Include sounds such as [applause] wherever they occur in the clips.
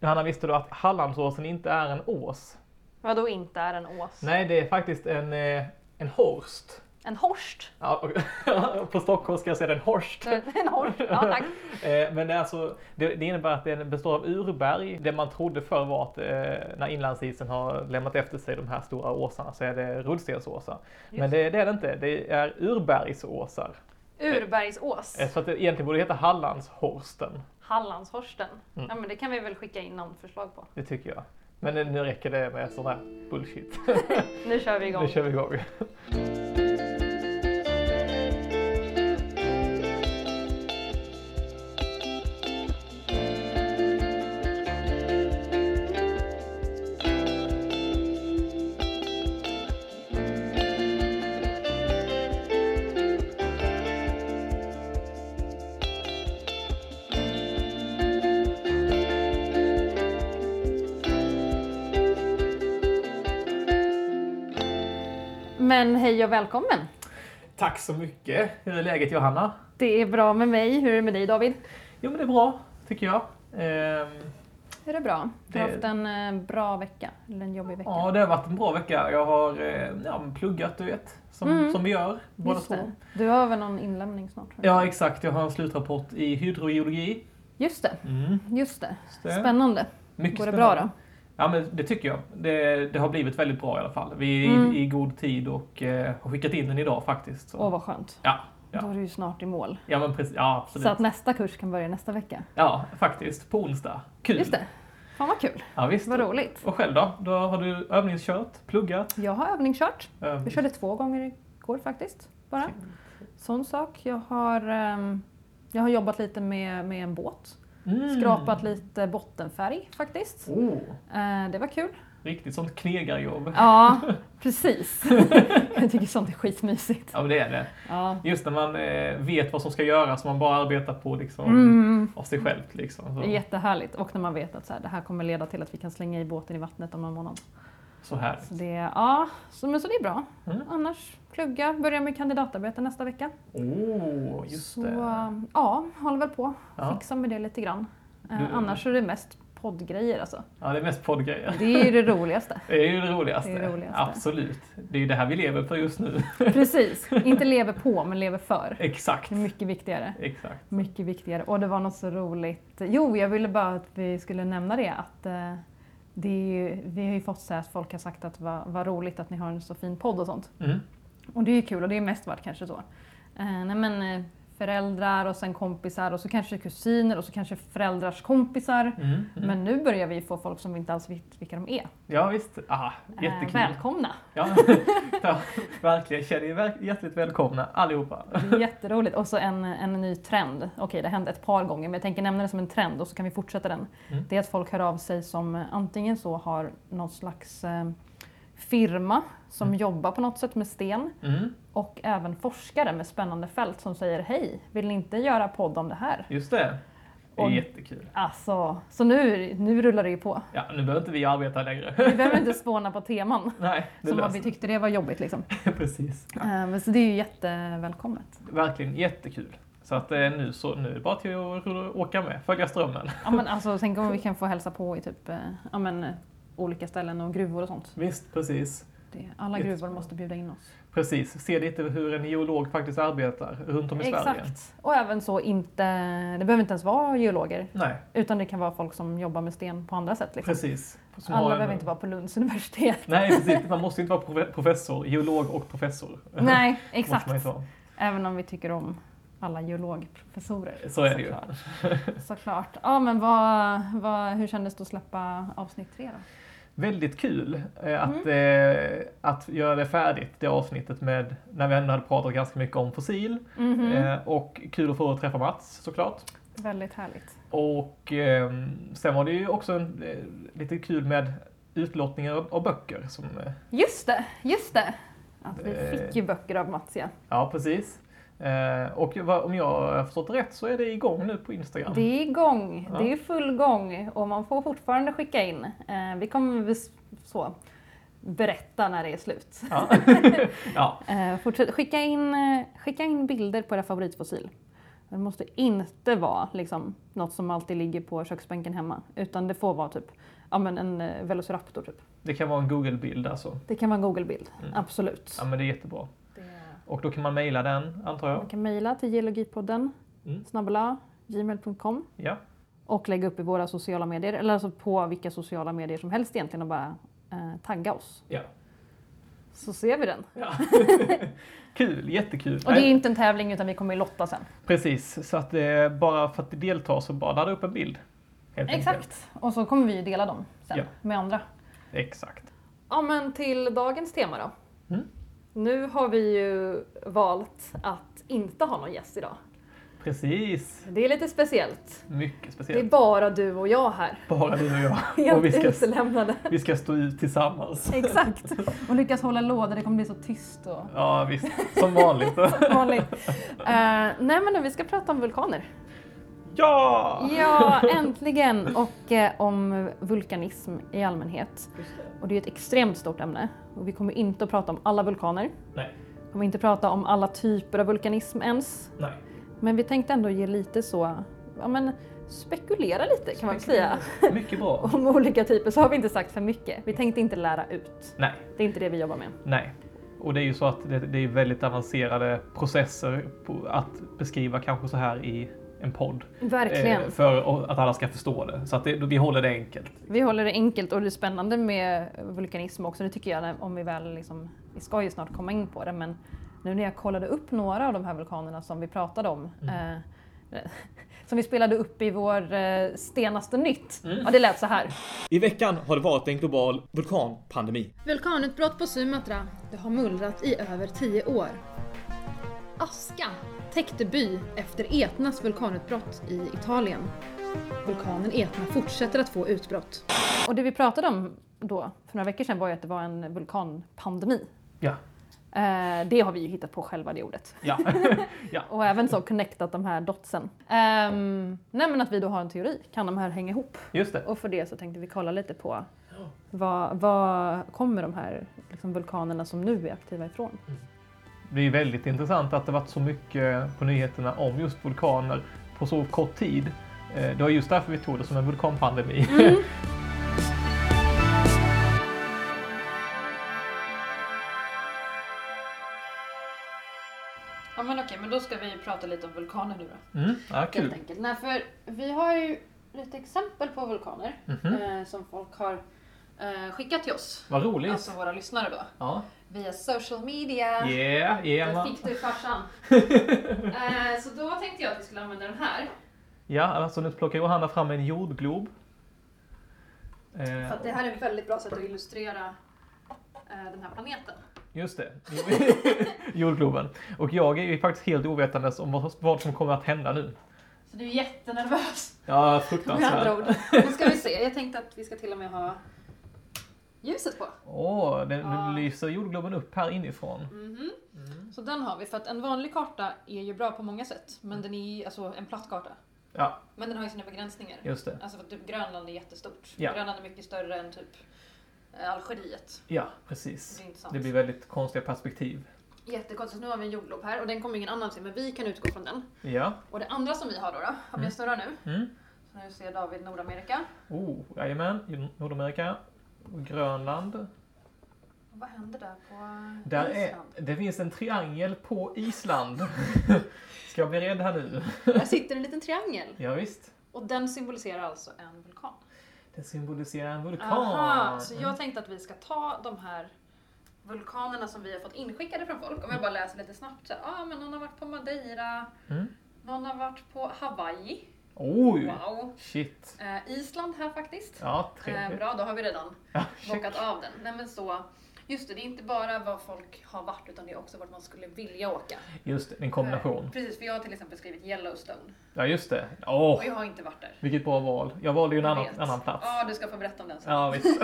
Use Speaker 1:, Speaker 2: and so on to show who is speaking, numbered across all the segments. Speaker 1: Johanna, visste du att Hallandsåsen inte är en ås?
Speaker 2: Vadå inte är en ås?
Speaker 1: Nej, det är faktiskt en, eh, en horst. [laughs]
Speaker 2: En horst?
Speaker 1: Ja, och- [laughs] på stockholmska så är det en horst.
Speaker 2: En horst,
Speaker 1: [laughs]
Speaker 2: ja tack.
Speaker 1: Eh, Men det, är alltså, det, det innebär att den består av urberg. Det man trodde förr var att eh, när inlandsisen har lämnat efter sig de här stora åsarna så är det rullstensåsar. Men
Speaker 2: Just.
Speaker 1: det, det är det inte, det är urbergsåsar.
Speaker 2: Urbergsås.
Speaker 1: Eh, Så att det egentligen borde heta Hallandshorsten,
Speaker 2: Hallandshorsten.
Speaker 1: Mm.
Speaker 2: Ja men det kan vi väl skicka in namnförslag på.
Speaker 1: det tycker jag. Men eh, nu räcker det med sån här bullshit.
Speaker 2: Nu kör vi igång.
Speaker 1: nu kör vi igång.
Speaker 2: Men hej och välkommen.
Speaker 1: Tack så mycket. Hur är läget Johanna?
Speaker 2: Det är bra med mig. Hur är det med dig David?
Speaker 1: Jo men det är bra, tycker jag. Ehm,
Speaker 2: Är det bra? Du har
Speaker 1: Det-
Speaker 2: haft en eh, bra vecka, eller en jobbig vecka.
Speaker 1: Ja, det har varit en bra vecka. Jag har eh, ja, men pluggat, du vet, som,
Speaker 2: Mm.
Speaker 1: som vi gör båda
Speaker 2: Just
Speaker 1: två.
Speaker 2: det. Du har väl någon inlämning snart? tror jag.
Speaker 1: Ja, exakt. Jag har en slutrapport i hydrogeologi.
Speaker 2: Just det, just det.
Speaker 1: Så det-
Speaker 2: Spännande.
Speaker 1: Mycket
Speaker 2: Går det bra
Speaker 1: spännande.
Speaker 2: då?
Speaker 1: Ja, men det tycker jag. Det, det har blivit väldigt bra i alla fall. Vi är
Speaker 2: Mm.
Speaker 1: i, i god tid och eh, har skickat in den idag faktiskt. Så.
Speaker 2: Åh vad skönt.
Speaker 1: Ja, ja.
Speaker 2: Då är du ju snart i mål.
Speaker 1: ja, men precis, ja, absolut.
Speaker 2: Så att nästa kurs kan börja nästa vecka.
Speaker 1: Ja, faktiskt. På onsdag. Kul!
Speaker 2: Just det. Fan vad kul.
Speaker 1: Ja, visst.
Speaker 2: Vad roligt.
Speaker 1: Och själv då? Då har du övningskört, pluggat?
Speaker 2: Jag har övningskört.
Speaker 1: Ehm,
Speaker 2: Jag körde två gånger igår faktiskt. Bara. Sån sak. Jag har, ehm, jag har jobbat lite med, med en båt.
Speaker 1: mm.
Speaker 2: Skrapat lite bottenfärg faktiskt.
Speaker 1: Oh,
Speaker 2: Eh, det var kul.
Speaker 1: riktigt sånt knegarjobb.
Speaker 2: Ja,
Speaker 1: [laughs]
Speaker 2: precis. jag tycker sånt är skitmysigt.
Speaker 1: Ja, men det är det.
Speaker 2: Ja.
Speaker 1: Just när man eh, vet vad som ska göras, man bara arbetar på liksom,
Speaker 2: Mm.
Speaker 1: av sig själv. Liksom.
Speaker 2: Det
Speaker 1: Så,
Speaker 2: är jättehärligt och när man vet att så här, det här kommer leda till att vi kan slänga i båten i vattnet om någon månad.
Speaker 1: så här.
Speaker 2: Så det, ja, så, men så det är bra.
Speaker 1: Mm.
Speaker 2: Annars plugga, börja med kandidatarbete nästa vecka.
Speaker 1: Oh, just
Speaker 2: så
Speaker 1: det.
Speaker 2: eh, ja, håller väl på.
Speaker 1: Ja.
Speaker 2: Fixa med det lite grann. Eh,
Speaker 1: Du-
Speaker 2: Annars är det mest
Speaker 1: [laughs]
Speaker 2: poddgrejer alltså.
Speaker 1: ja, det är mest poddgrejer.
Speaker 2: Det är ju det roligaste.
Speaker 1: Det är ju det roligaste.
Speaker 2: Det är det roligaste.
Speaker 1: Absolut. Det är ju det här vi lever för just nu. [laughs]
Speaker 2: Precis, inte lever på men lever för.
Speaker 1: Exakt.
Speaker 2: Det är mycket viktigare.
Speaker 1: Exakt.
Speaker 2: Mycket viktigare. Och det var något så roligt. Jo, jag ville bara att vi skulle nämna det att eh, det är ju, vi har ju fått så här att folk har sagt att vad vad roligt att ni har en så fin podd och sånt.
Speaker 1: Mm.
Speaker 2: Och det är ju kul och det är mest varit kanske så. Eh, nej men eh, föräldrar och sen kompisar och så kanske kusiner och så kanske föräldrars kompisar.
Speaker 1: Mm. Mm.
Speaker 2: Men nu börjar vi få folk som vi inte alls vet vilka de är.
Speaker 1: Ja, visst. Aha,
Speaker 2: Eh,
Speaker 1: jättekul. [laughs]
Speaker 2: välkomna! [laughs]
Speaker 1: Ja. ja, verkligen. Känner er verk- hjärtligt välkomna allihopa.
Speaker 2: Det är jätteroligt. Och så en, en ny trend. Okej, det hände ett par gånger men jag tänker nämna det som en trend och så kan vi fortsätta den.
Speaker 1: Mm.
Speaker 2: Det är att folk hör av sig som eh, antingen så har någon slags eh, firma som
Speaker 1: Mm.
Speaker 2: jobbar på något sätt med sten
Speaker 1: Mm.
Speaker 2: och även forskare med spännande fält som säger hej, vill ni inte göra podd om det här?
Speaker 1: Just det. Det är
Speaker 2: Och-
Speaker 1: jättekul.
Speaker 2: Alltså, så nu, nu rullar det ju på.
Speaker 1: Ja, nu behöver inte vi arbeta längre. [laughs]
Speaker 2: Vi behöver inte spåna på teman
Speaker 1: Nej, det
Speaker 2: som att vi
Speaker 1: löser
Speaker 2: tyckte det var jobbigt liksom.
Speaker 1: [laughs] Precis.
Speaker 2: Eh, men Så det är ju jättevälkommet.
Speaker 1: Verkligen jättekul. Så att eh, nu, så, nu är det bara till att rulla- åka med, följa strömmen.
Speaker 2: Ja, men alltså, tänk om vi kan få hälsa på i typ eh, ja, men, eh, olika ställen och gruvor och sånt.
Speaker 1: [laughs] Visst, precis.
Speaker 2: Det, alla gruvor måste bjuda in oss.
Speaker 1: Precis, se lite hur en geolog faktiskt arbetar runt om i Sverige.
Speaker 2: Exakt. Och även så inte, det behöver inte ens vara geologer,
Speaker 1: Nej,
Speaker 2: utan det kan vara folk som jobbar med sten på andra sätt. Liksom.
Speaker 1: precis. Som har
Speaker 2: Alla
Speaker 1: en-
Speaker 2: behöver inte vara på
Speaker 1: [laughs]
Speaker 2: Lunds universitet.
Speaker 1: Nej, precis. Man måste inte vara profe- professor, geolog och professor.
Speaker 2: [laughs] Nej,
Speaker 1: Måste man
Speaker 2: exakt.
Speaker 1: inte vara.
Speaker 2: Även om vi tycker om alla geologprofessorer.
Speaker 1: Så är det ju.
Speaker 2: ju. Såklart. Ja, men vad, vad, hur kändes det att släppa avsnitt tre då?
Speaker 1: Väldigt kul eh, att,
Speaker 2: Mm.
Speaker 1: eh, att göra det färdigt, det avsnittet med när vi ändå hade pratat ganska mycket om fossil.
Speaker 2: Mhm.
Speaker 1: Eh, och kul att få träffa Mats såklart.
Speaker 2: Väldigt härligt.
Speaker 1: Och ehm, sen var det ju också en, eh, lite kul med utlottningar av, av böcker. Som, eh,
Speaker 2: Just det, just det! Att vi
Speaker 1: Eh.
Speaker 2: fick ju böcker av Mats ja.
Speaker 1: ja, precis. Eh, och vad, om jag har förstått rätt så är det igång nu på Instagram.
Speaker 2: Det är igång,
Speaker 1: Ja.
Speaker 2: det är full gång och man får fortfarande skicka in. Eh, vi kommer väl s- så berätta när det är slut. [laughs]
Speaker 1: Ja. ja,
Speaker 2: Eh, fortsätt, skicka, in, eh, skicka in bilder på era favoritfossil. Det måste inte vara liksom, något som alltid ligger på köksbänken hemma. Utan det får vara typ ja, men en eh, Velociraptor. Typ.
Speaker 1: Det kan vara en Google-bild alltså.
Speaker 2: Det kan vara en Google-bild,
Speaker 1: Mm.
Speaker 2: absolut.
Speaker 1: Ja, men det är jättebra. Och då kan man mejla den, antar jag.
Speaker 2: Man kan mejla till geologipodden
Speaker 1: Mm.
Speaker 2: snabbla gmail.com
Speaker 1: Ja.
Speaker 2: och lägga upp i våra sociala medier, eller alltså på vilka sociala medier som helst egentligen och bara eh, tagga oss.
Speaker 1: Ja.
Speaker 2: Så ser vi den.
Speaker 1: ja. [laughs] Kul, jättekul.
Speaker 2: Och det är inte en tävling utan vi kommer ju lotta sen.
Speaker 1: Precis, så att eh, bara för att delta så bara ladda upp en bild. Helt enkelt.
Speaker 2: Exakt. Och så kommer vi ju dela dem sen
Speaker 1: Ja.
Speaker 2: med andra.
Speaker 1: Exakt.
Speaker 2: Ja men till dagens tema då.
Speaker 1: Mm.
Speaker 2: Nu har vi ju valt att inte ha någon gäst idag.
Speaker 1: Precis,
Speaker 2: Det är lite speciellt.
Speaker 1: mycket
Speaker 2: Det är
Speaker 1: speciellt.
Speaker 2: bara du och jag här.
Speaker 1: Bara du och
Speaker 2: [laughs]
Speaker 1: jag. Och vi
Speaker 2: Helt
Speaker 1: ska,
Speaker 2: utelämnade.
Speaker 1: vi ska stå ut tillsammans.
Speaker 2: Exakt. Och lyckas hålla låda, det kommer bli så tyst och
Speaker 1: Ja visst,
Speaker 2: [laughs]
Speaker 1: som vanligt.
Speaker 2: vanligt. Eh, nej men vi ska prata om vulkaner.
Speaker 1: Ja!
Speaker 2: Ja, äntligen! Och eh, om vulkanism i allmänhet. Och det är ett extremt stort ämne. Och vi kommer inte att prata om alla vulkaner.
Speaker 1: Nej,
Speaker 2: Vi kommer inte prata om alla typer av vulkanism ens.
Speaker 1: nej.
Speaker 2: Men vi tänkte ändå ge lite så, ja men spekulera lite kan man väl säga.
Speaker 1: Mycket bra.
Speaker 2: Om olika typer, så har vi inte sagt för mycket. Vi tänkte inte lära ut.
Speaker 1: Nej,
Speaker 2: Det är inte det vi jobbar med.
Speaker 1: nej. Och det är ju så att det, det är väldigt avancerade processer på att beskriva kanske så här i en podd.
Speaker 2: Verkligen.
Speaker 1: Eh, för att alla ska förstå det. Så att det, vi håller det enkelt.
Speaker 2: Vi håller det enkelt och det är spännande med vulkanism också. Det tycker jag när- om vi väl liksom, vi ska ju snart komma in på det men nu när jag kollade upp några av de här vulkanerna som vi pratade om eh, [laughs] som vi spelade upp i vår eh, senaste nytt. Ja, det lät så här.
Speaker 3: I veckan har det varit en global vulkanpandemi.
Speaker 4: Vulkanutbrott på Sumatra. Det har mullrat i över 10 år. Aska täckte by efter Etnas vulkanutbrott i Italien. Vulkanen Etna fortsätter att få utbrott.
Speaker 2: Och det vi pratade om då för några veckor sedan var ju att det var en vulkanpandemi.
Speaker 1: Ja.
Speaker 2: Eh, det har vi ju hittat på själva det ordet.
Speaker 1: Ja. ja.
Speaker 2: Och även så connectat de här dotsen. Um, nej men att vi då har en teori. Kan de här hänga ihop?
Speaker 1: Just det.
Speaker 2: Och för det så tänkte vi kolla lite på vad, vad kommer de här liksom, vulkanerna som nu är aktiva ifrån?
Speaker 1: Det är väldigt intressant att det varit så mycket på nyheterna om just vulkaner på så kort tid. Eh, Det var just därför vi tog det som en vulkanpandemi.
Speaker 2: Mm. Ja men okej, men då ska vi prata lite om vulkaner nu då.
Speaker 1: [laughs] Mm. Ja,
Speaker 2: Helt
Speaker 1: kul.
Speaker 2: enkelt. Nej, för vi har ju lite exempel på vulkaner
Speaker 1: Mhm.
Speaker 2: eh, som folk har eh, skickat till oss.
Speaker 1: Vad roligt.
Speaker 2: Alltså våra lyssnare då.
Speaker 1: Ja.
Speaker 2: Via social media.
Speaker 1: Yeah, yeah,
Speaker 2: Där
Speaker 1: man.
Speaker 2: fick du farsan. eh, så då tänkte jag att vi skulle använda den här.
Speaker 1: Ja, alltså nu plockar Johanna fram en jordglob. Eh,
Speaker 2: För att det här är ett väldigt bra sätt att illustrera eh, den här planeten.
Speaker 1: Eh, Just det. [laughs] Jordgloben. Och jag är ju faktiskt helt ovetandes om vad- vad som kommer att hända nu.
Speaker 2: Så du är jättenervös.
Speaker 1: Alltså, Ja,
Speaker 2: Med andra
Speaker 1: fruktansvärt.
Speaker 2: ord. Nu ska vi se, jag tänkte att vi ska till och med ha ljuset på.
Speaker 1: Åh, den
Speaker 2: Ja.
Speaker 1: nu lyser jordgloben upp här inifrån.
Speaker 2: Mhm. Så den har vi, för att en vanlig karta är ju bra på många sätt, men den är ju alltså en platt karta.
Speaker 1: Ja,
Speaker 2: Men den har ju sina begränsningar.
Speaker 1: just det.
Speaker 2: Alltså för att typ Grönland är jättestort.
Speaker 1: Ja.
Speaker 2: Grönland är mycket större än typ eh, Algeriet.
Speaker 1: Ja,
Speaker 2: Det
Speaker 1: precis.
Speaker 2: är intressant.
Speaker 1: Det blir väldigt konstiga perspektiv.
Speaker 2: Jättekonstigt, nu har vi en jordglob här och den kommer ingen annan se, men vi kan utgå från den.
Speaker 1: Ja.
Speaker 2: Och det andra som vi har då, då om jag snurrar nu.
Speaker 1: Mm.
Speaker 2: Så nu ser David Nordamerika.
Speaker 1: Oh, jajamän. Nordamerika. Grönland.
Speaker 2: Vad händer där på
Speaker 1: Där är, [laughs]
Speaker 2: Island?
Speaker 1: det finns en triangel på
Speaker 2: [laughs]
Speaker 1: Island. Ska jag bli rädd här nu?
Speaker 2: Där sitter en liten triangel.
Speaker 1: Ja, visst.
Speaker 2: Och den symboliserar alltså en vulkan.
Speaker 1: Det symboliserar en vulkan.
Speaker 2: Aha, så jag tänkte att vi ska ta de här vulkanerna som vi har fått inskickade från folk. Om jag bara läser lite snabbt så här, ah, men någon har varit på Madeira,
Speaker 1: Mm.
Speaker 2: någon har varit på Hawaii,
Speaker 1: Oj!
Speaker 2: wow.
Speaker 1: Shit.
Speaker 2: Eh, Island här faktiskt.
Speaker 1: Ja,
Speaker 2: Eh,
Speaker 1: trevligt.
Speaker 2: bra, då har vi redan
Speaker 1: Ja,
Speaker 2: bockat av den. Nej, men så, just det, det är inte bara vad folk har varit utan det är också vart man skulle vilja åka.
Speaker 1: Just det, en kombination.
Speaker 2: Eh, Precis, för jag har till exempel skrivit Yellowstone
Speaker 1: Ja, just det. Åh,
Speaker 2: och jag har inte varit där.
Speaker 1: vilket bra val. Jag valde Oh. ju en
Speaker 2: Jag
Speaker 1: annan,
Speaker 2: vet.
Speaker 1: annan plats.
Speaker 2: Ja, du ska få berätta om den sen.
Speaker 1: Ja, visst.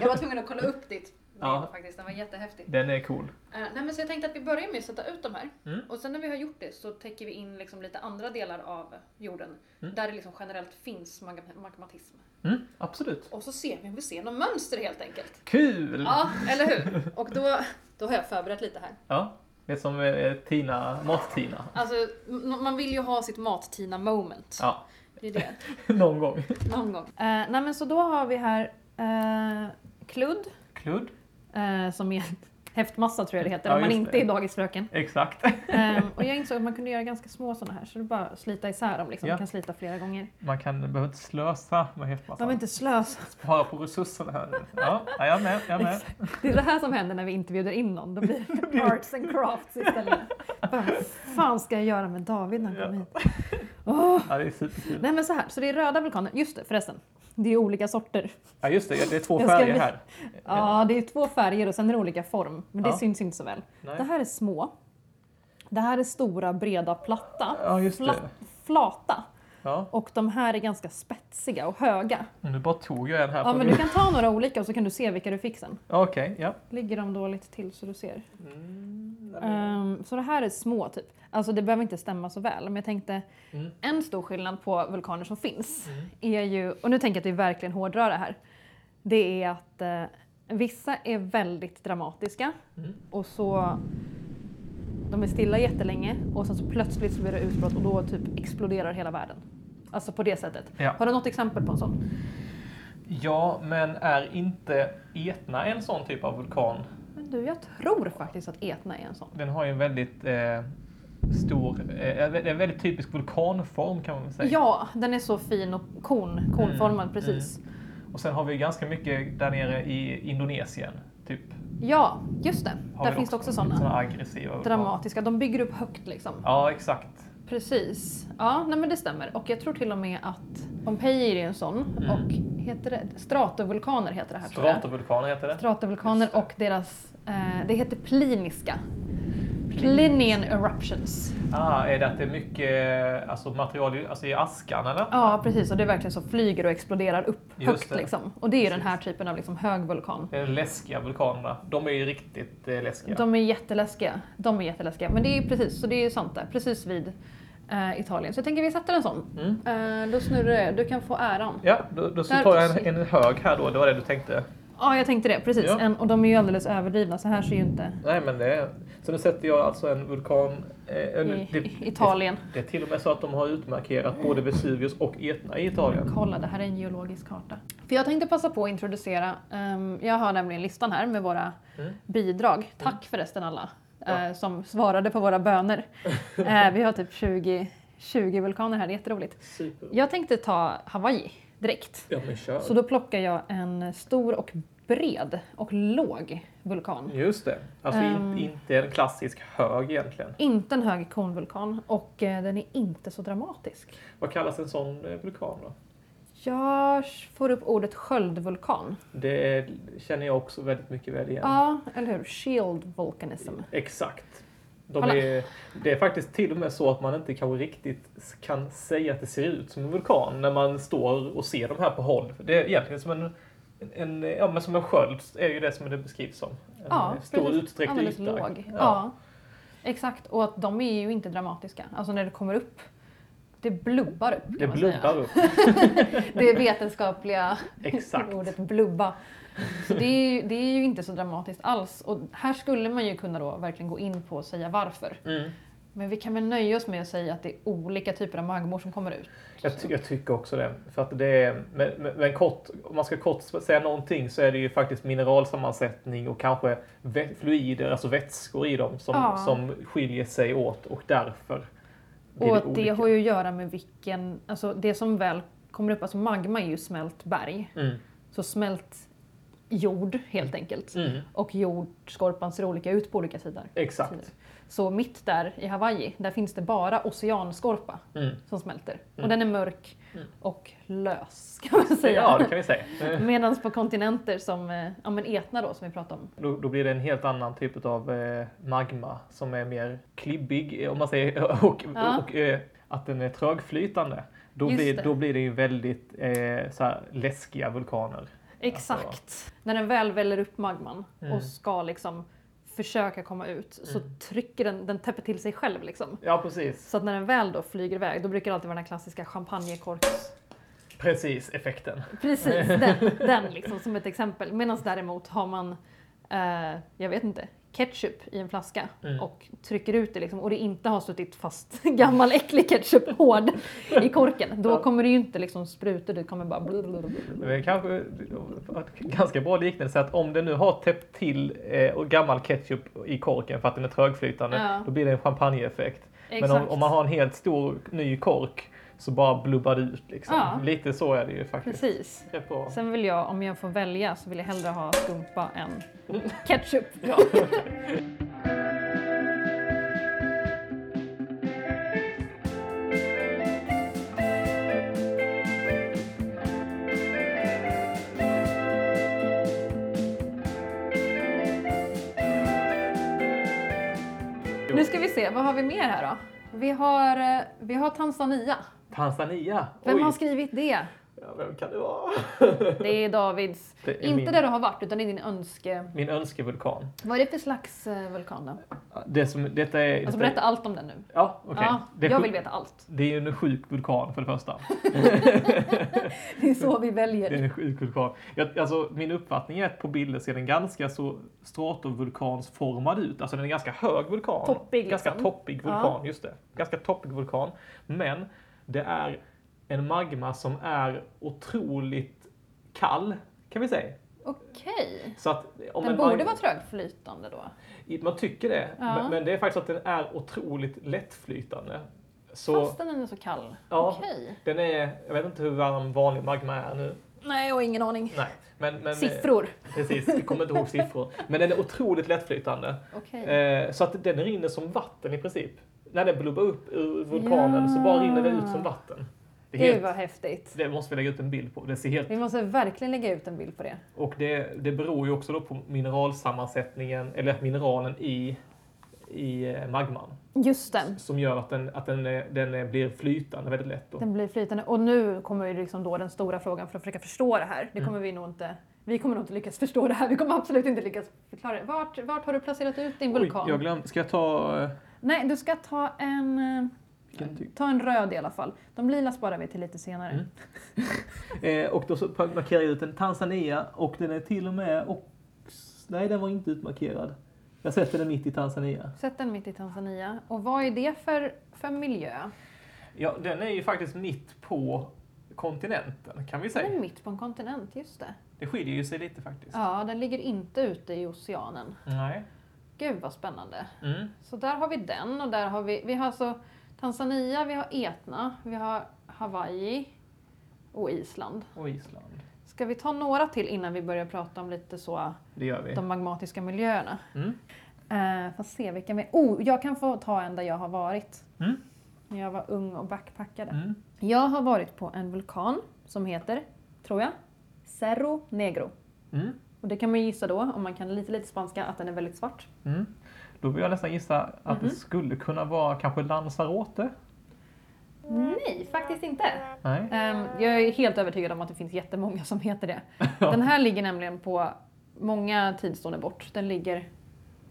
Speaker 2: Jag var tvungen att kolla upp ditt bild
Speaker 1: Ja.
Speaker 2: faktiskt, den var jättehäftig.
Speaker 1: Den är cool.
Speaker 2: Eh, nej men så jag tänkte att vi börjar med att sätta ut de här.
Speaker 1: Mm.
Speaker 2: Och sen när vi har gjort det så täcker vi in liksom lite andra delar av jorden.
Speaker 1: Mm.
Speaker 2: Där det liksom generellt finns mag- magmatism.
Speaker 1: Mm, absolut.
Speaker 2: Och så ser vi om vi ser något mönster helt enkelt.
Speaker 1: Kul!
Speaker 2: Ja, eller hur? Och då, då har jag förberett lite här.
Speaker 1: Ja. Det är som eh, Tina, mat-Tina.
Speaker 4: Alltså, m- man vill ju ha sitt mat-Tina moment.
Speaker 1: Ja, [laughs]
Speaker 4: Det är det.
Speaker 1: någon gång.
Speaker 4: Någon gång.
Speaker 2: Eh, nej men så då har vi här eh, Kludd,
Speaker 1: Kludd.
Speaker 2: eh, som är [laughs] en häftmassa tror jag det heter,
Speaker 1: Ja,
Speaker 2: om man
Speaker 1: just
Speaker 2: inte
Speaker 1: det.
Speaker 2: är dagisfröken.
Speaker 1: Exakt.
Speaker 2: Ehm, och jag insåg att man kunde göra ganska små sådana här, så det är bara att slita isär dem. Liksom.
Speaker 1: Ja.
Speaker 2: Man kan slita flera gånger.
Speaker 1: Man kan, behöver inte slösa med
Speaker 2: Behöver
Speaker 1: häftmassan.
Speaker 2: inte slösa.
Speaker 1: Spara på resurserna här. Ja, ja, jag är med. Jag är med.
Speaker 2: Det är det här som händer när vi inte bjuder in någon. Då [laughs] blir det arts and crafts istället. Bara, Vad fan ska jag göra med David när han kommer hit? Åh!
Speaker 1: Ja, det är superkul.
Speaker 2: Nej men så här, så det är röda vulkaner. Just det förresten, det är olika sorter.
Speaker 1: Ja, just det. Det är två
Speaker 2: Jag ska
Speaker 1: färger
Speaker 2: bli-
Speaker 1: här.
Speaker 2: Ja, det är två färger och sen är det olika form. Men det
Speaker 1: Ja.
Speaker 2: syns inte så väl.
Speaker 1: Nej.
Speaker 2: Det här är små. Det här är stora, breda, platta.
Speaker 1: Ja, just
Speaker 2: Fla-
Speaker 1: det.
Speaker 2: flata.
Speaker 1: Ja.
Speaker 2: Och de här är ganska spetsiga och höga.
Speaker 1: Nu bara tog jag en här.
Speaker 2: Ja,
Speaker 1: på
Speaker 2: men
Speaker 1: min-
Speaker 2: du kan ta några olika och så kan du se vilka du fick sen.
Speaker 1: Ja, Okej, ja. Mm,
Speaker 2: Ligger de dåligt till så du ser. Ehm, så det här är små typ. Alltså det behöver inte stämma så väl, men jag tänkte
Speaker 1: Mm.
Speaker 2: en stor skillnad på vulkaner som finns är ju, och nu tänker jag att vi verkligen hårdrar det här, det är att eh, vissa är väldigt dramatiska
Speaker 1: Mm.
Speaker 2: och så de är stilla jättelänge och sen så plötsligt så blir det utbrott och då typ exploderar hela världen. Alltså på det sättet.
Speaker 1: Ja.
Speaker 2: Har du något exempel på en sån?
Speaker 1: Ja, men är inte Etna en sån typ av vulkan?
Speaker 2: Men du, jag tror faktiskt att Etna är en sån.
Speaker 1: Den har ju en väldigt eh, stor, eh, en en väldigt typisk vulkanform kan man väl säga.
Speaker 2: Ja, den är så fin och kon, konformad
Speaker 1: Mm,
Speaker 2: precis.
Speaker 1: Och sen har vi ganska mycket där nere i Indonesien. Typ,
Speaker 2: Ja, just det.
Speaker 1: har
Speaker 2: Där
Speaker 1: vi
Speaker 2: finns det också sådana.
Speaker 1: Såna aggressiva vulkaner.
Speaker 2: Dramatiska. De bygger upp högt liksom.
Speaker 1: Ja, exakt.
Speaker 2: Precis. Ja, nej men det stämmer. Och jag tror till och med att Pompeji är en sån.
Speaker 1: Mm.
Speaker 2: Och heter det? Stratovulkaner heter det här tror jag.
Speaker 1: Stratovulkaner heter det.
Speaker 2: Stratovulkaner
Speaker 1: Just det.
Speaker 2: och deras, eh, det heter pliniska. Plinian eruptions.
Speaker 1: Ah, är det att det är mycket alltså, material i, alltså, i askan eller?
Speaker 2: Ja, precis. Och det är verkligen så flyger och exploderar upp
Speaker 1: Just
Speaker 2: högt
Speaker 1: det.
Speaker 2: liksom. Och det är ju den
Speaker 1: Precis.
Speaker 2: här typen av liksom, hög vulkan.
Speaker 1: Det är läskiga vulkanerna. De är ju riktigt eh, läskiga.
Speaker 2: De är jätteläskiga. De är jätteläskiga. Men det är ju precis, så det är ju sant där. Precis vid eh, Italien. Så jag tänker vi sätter en sån.
Speaker 1: Mm.
Speaker 2: Eh, då snurrar jag. Du kan få äran.
Speaker 1: Ja, då, då så
Speaker 2: Där-
Speaker 1: tar jag en, en hög här då. Det var det du tänkte?
Speaker 2: Ja, jag tänkte det. Precis.
Speaker 1: Ja.
Speaker 2: En, och de är ju alldeles överdrivna. Så här ser ju inte
Speaker 1: Nej, men det är... Så nu sätter jag alltså en vulkan... Eh, en-
Speaker 2: i, i Italien.
Speaker 1: Det, det är till och med så att de har utmarkerat både Vesuvius och Etna i Italien.
Speaker 2: Kolla, det här är en geologisk karta. För jag tänkte passa på att introducera, ehm, jag har nämligen listan här med våra
Speaker 1: Mm.
Speaker 2: bidrag. Tack förresten alla
Speaker 1: Ja.
Speaker 2: eh, som svarade på våra böner.
Speaker 1: [laughs]
Speaker 2: Eh, vi har typ 20, 20 vulkaner här, det är jätteroligt.
Speaker 1: Super.
Speaker 2: Jag tänkte ta Hawaii direkt.
Speaker 1: Ja, men kör.
Speaker 2: Så då plockar jag en stor och bred och låg vulkan.
Speaker 1: Just det. Alltså in,
Speaker 2: Ehm.
Speaker 1: inte en klassisk hög egentligen.
Speaker 2: Inte en hög konvulkan och eh, den är inte så dramatisk.
Speaker 1: Vad kallas en sån eh, vulkan då?
Speaker 2: Jag får upp ordet sköldvulkan.
Speaker 1: Det är, känner jag också väldigt mycket väl igen.
Speaker 2: Ja, eller hur? Shield volcanism.
Speaker 1: Exakt. De
Speaker 2: Kolla.
Speaker 1: är, det är faktiskt till och med så att man inte kanske riktigt s- kan säga att det ser ut som en vulkan när man står och ser dem här på håll. För Det är egentligen som en, en, ja, men som en sköld, är ju det som det beskrivs som. En
Speaker 2: Ja,
Speaker 1: stor
Speaker 2: precis.
Speaker 1: utsträckt
Speaker 2: Alldeles
Speaker 1: yta.
Speaker 2: låg. Ja.
Speaker 1: Ja.
Speaker 2: exakt. Och att de är ju inte dramatiska. Alltså när det kommer upp, det blubbar upp. kan
Speaker 1: Det
Speaker 2: man säga.
Speaker 1: blubbar upp.
Speaker 2: [laughs] Det är vetenskapliga
Speaker 1: Exakt.
Speaker 2: ordet blubba. Så det är, ju, det är ju inte så dramatiskt alls. Och här skulle man ju kunna då verkligen gå in på och säga varför.
Speaker 1: Mm.
Speaker 2: Men vi kan väl nöja oss med att säga att det är olika typer av magmor som kommer ut.
Speaker 1: Jag, ty- jag tycker också det. För att det är, men, men- men kort, om man ska kort säga någonting så är det ju faktiskt mineralsammansättning och kanske ve- fluider, alltså vätskor i dem som,
Speaker 2: Ja.
Speaker 1: som skiljer sig åt och därför blir
Speaker 2: Och att det
Speaker 1: olika.
Speaker 2: har ju att göra med vilken, alltså det som väl kommer upp, alltså magma är ju smält berg.
Speaker 1: Mm.
Speaker 2: Så smält jord helt enkelt.
Speaker 1: Mm.
Speaker 2: Och jordskorpan ser olika ut på olika sidor.
Speaker 1: Exakt.
Speaker 2: Så mitt där i Hawaii, där finns det bara oceanskorpa
Speaker 1: Mm.
Speaker 2: som smälter. Och
Speaker 1: Mm.
Speaker 2: den är mörk
Speaker 1: Mm.
Speaker 2: och lös [laughs] kan man säga.
Speaker 1: Ja, det kan vi säga. Eh,
Speaker 2: Medan på kontinenter som eh, ja, men Etna då, som vi pratade om.
Speaker 1: Då, då blir det en helt annan typ av eh, magma som är mer klibbig, eh, om man säger, [laughs] och,
Speaker 2: Ja.
Speaker 1: och eh, att den är trögflytande. Då
Speaker 2: Just
Speaker 1: blir,
Speaker 2: det.
Speaker 1: då blir det ju väldigt eh, så här, läskiga vulkaner.
Speaker 2: Exakt. När den väl väller upp magman
Speaker 1: Mm.
Speaker 2: och ska liksom försöka komma ut så trycker den, den täpper till sig själv liksom.
Speaker 1: Ja, precis.
Speaker 2: Så att när den väl då flyger iväg, då brukar det alltid vara den här klassiska champagnekorks...
Speaker 1: [laughs] Precis, effekten.
Speaker 2: Precis, den, den liksom som ett exempel. Medan däremot har man, eh, jag vet inte, ketchup i en flaska
Speaker 1: Mm.
Speaker 2: och trycker ut det liksom, och det inte har suttit fast [laughs] gammal
Speaker 1: [laughs]
Speaker 2: äcklig ketchup hård i korken, då
Speaker 1: Ja.
Speaker 2: kommer det ju inte liksom spruta, det kommer bara blablabla.
Speaker 1: Det är kanske ett ganska bra liknelse att om den nu har täppt till eh, och gammal ketchup i korken för att den är trögflytande,
Speaker 2: Ja.
Speaker 1: då blir det en champagneeffekt. Men om,
Speaker 2: Exakt.
Speaker 1: om man har en helt stor ny kork så bara blubbar det ut liksom.
Speaker 2: Ja.
Speaker 1: Lite så är det ju faktiskt.
Speaker 2: Precis.
Speaker 1: Rätt bra.
Speaker 2: Sen vill jag, om jag får välja, så vill jag hellre ha skumpa än ketchup. Nu ska vi se, vad har vi mer här då? Vi har, eh, vi har Tanzania.
Speaker 1: Tanzania!
Speaker 2: Vem
Speaker 1: Oj.
Speaker 2: har skrivit det?
Speaker 1: ja, vem kan det vara?
Speaker 2: Det är Davids.
Speaker 1: Det är
Speaker 2: Inte
Speaker 1: min-
Speaker 2: där du har varit, utan det är din önske...
Speaker 1: Min önskevulkan.
Speaker 2: Vad är det för slags eh, vulkan då?
Speaker 1: Det som, detta är...
Speaker 2: Alltså
Speaker 1: detta är-
Speaker 2: berätta allt om den nu.
Speaker 1: Ja, okej.
Speaker 2: Ja,
Speaker 1: Det är
Speaker 2: jag
Speaker 1: sjuk-
Speaker 2: vill veta allt.
Speaker 1: Det är ju en sjuk vulkan för det första.
Speaker 2: Det är så vi väljer.
Speaker 1: Det är en sjuk vulkan. Jag, alltså, min uppfattning är att på bilder ser den ganska så stratovulkansformad ut. Alltså den är en ganska hög vulkan.
Speaker 2: Toppig,
Speaker 1: Ganska
Speaker 2: liksom.
Speaker 1: toppig vulkan, just det. Ganska toppig vulkan. Men det är en magma som är otroligt kall, kan vi säga.
Speaker 2: Okej.
Speaker 1: Så att om
Speaker 2: Den
Speaker 1: en
Speaker 2: borde
Speaker 1: mag-
Speaker 2: vara trögflytande då.
Speaker 1: Man tycker det,
Speaker 2: Ja.
Speaker 1: men, men det är faktiskt att den är otroligt lättflytande. Så
Speaker 2: Fast den är så kall.
Speaker 1: Ja.
Speaker 2: Okej.
Speaker 1: den är, jag vet inte hur varm vanlig magma är nu.
Speaker 2: Nej, jag har ingen aning.
Speaker 1: Nej, men, men, eh,
Speaker 2: Siffror.
Speaker 1: Precis, jag kommer inte ihåg siffror. Men den är otroligt lättflytande.
Speaker 2: Okej.
Speaker 1: Eh, så att den rinner som vatten i princip. När den blubbar upp ur vulkanen så bara rinner det ut som vatten. Det, är
Speaker 2: Gud
Speaker 1: helt,
Speaker 2: vad Mm. häftigt.
Speaker 1: det måste vi lägga ut en bild på. Det ser helt,
Speaker 2: Vi måste verkligen lägga ut en bild på det.
Speaker 1: och det, det beror ju också då på mineralsammansättningen, eller mineralen i, i eh, magman.
Speaker 2: Just den.
Speaker 1: Som gör att den, att den, eh, den eh, blir flytande väldigt lätt. Då.
Speaker 2: Den blir flytande. Och nu kommer ju liksom då den stora frågan för att försöka förstå det här.
Speaker 1: Mm.
Speaker 2: Det kommer vi nog inte... Vi kommer nog inte lyckas förstå det här. Vi kommer absolut inte lyckas förklara det. Vart, vart har du placerat ut din vulkan?
Speaker 1: Oj, jag glömde. Ska jag ta... eh,
Speaker 2: Nej, du ska ta en, eh,
Speaker 1: Vilken tyg?
Speaker 2: ta en röd i alla fall. De lila sparar vi till lite senare.
Speaker 1: Mm. Eh, och då så markerar jag ut en Tanzania och den är till och med... Och, nej, den var inte utmarkerad. Jag sätter den mitt i Tanzania.
Speaker 2: Sätt den mitt i Tanzania. Och vad är det för, för miljö?
Speaker 1: Ja, den är ju faktiskt mitt på kontinenten kan vi
Speaker 2: Den
Speaker 1: säga.
Speaker 2: är mitt på en kontinent, just det.
Speaker 1: Det skiljer ju sig lite faktiskt.
Speaker 2: Mm. Ja, den ligger inte ute i oceanen.
Speaker 1: Nej.
Speaker 2: Gud vad spännande.
Speaker 1: Mm.
Speaker 2: Så där har vi den och där har vi, vi har alltså Tanzania, vi har Etna, vi har Hawaii och Island.
Speaker 1: Och Island.
Speaker 2: Ska vi ta några till innan vi börjar prata om lite så
Speaker 1: Det gör vi.
Speaker 2: de magmatiska miljöerna?
Speaker 1: Mm.
Speaker 2: Eh, får se vilka mer. Oh, jag kan få ta en där jag har varit.
Speaker 1: Mm.
Speaker 2: När jag var ung och backpackade.
Speaker 1: Mm.
Speaker 2: Jag har varit på en vulkan som heter, tror jag, Cerro Negro.
Speaker 1: Mm.
Speaker 2: Och det kan man ju gissa då, om man kan lite lite spanska, att den är väldigt svart.
Speaker 1: Mm. Då vill jag nästan gissa att
Speaker 2: Mhm.
Speaker 1: det skulle kunna vara kanske Lanzarote?
Speaker 2: Nej, faktiskt inte.
Speaker 1: Nej.
Speaker 2: Ehm, jag är helt övertygad om att det finns jättemånga som
Speaker 1: [laughs]
Speaker 2: heter det. Den här ligger nämligen på många tidszoner bort. Den ligger...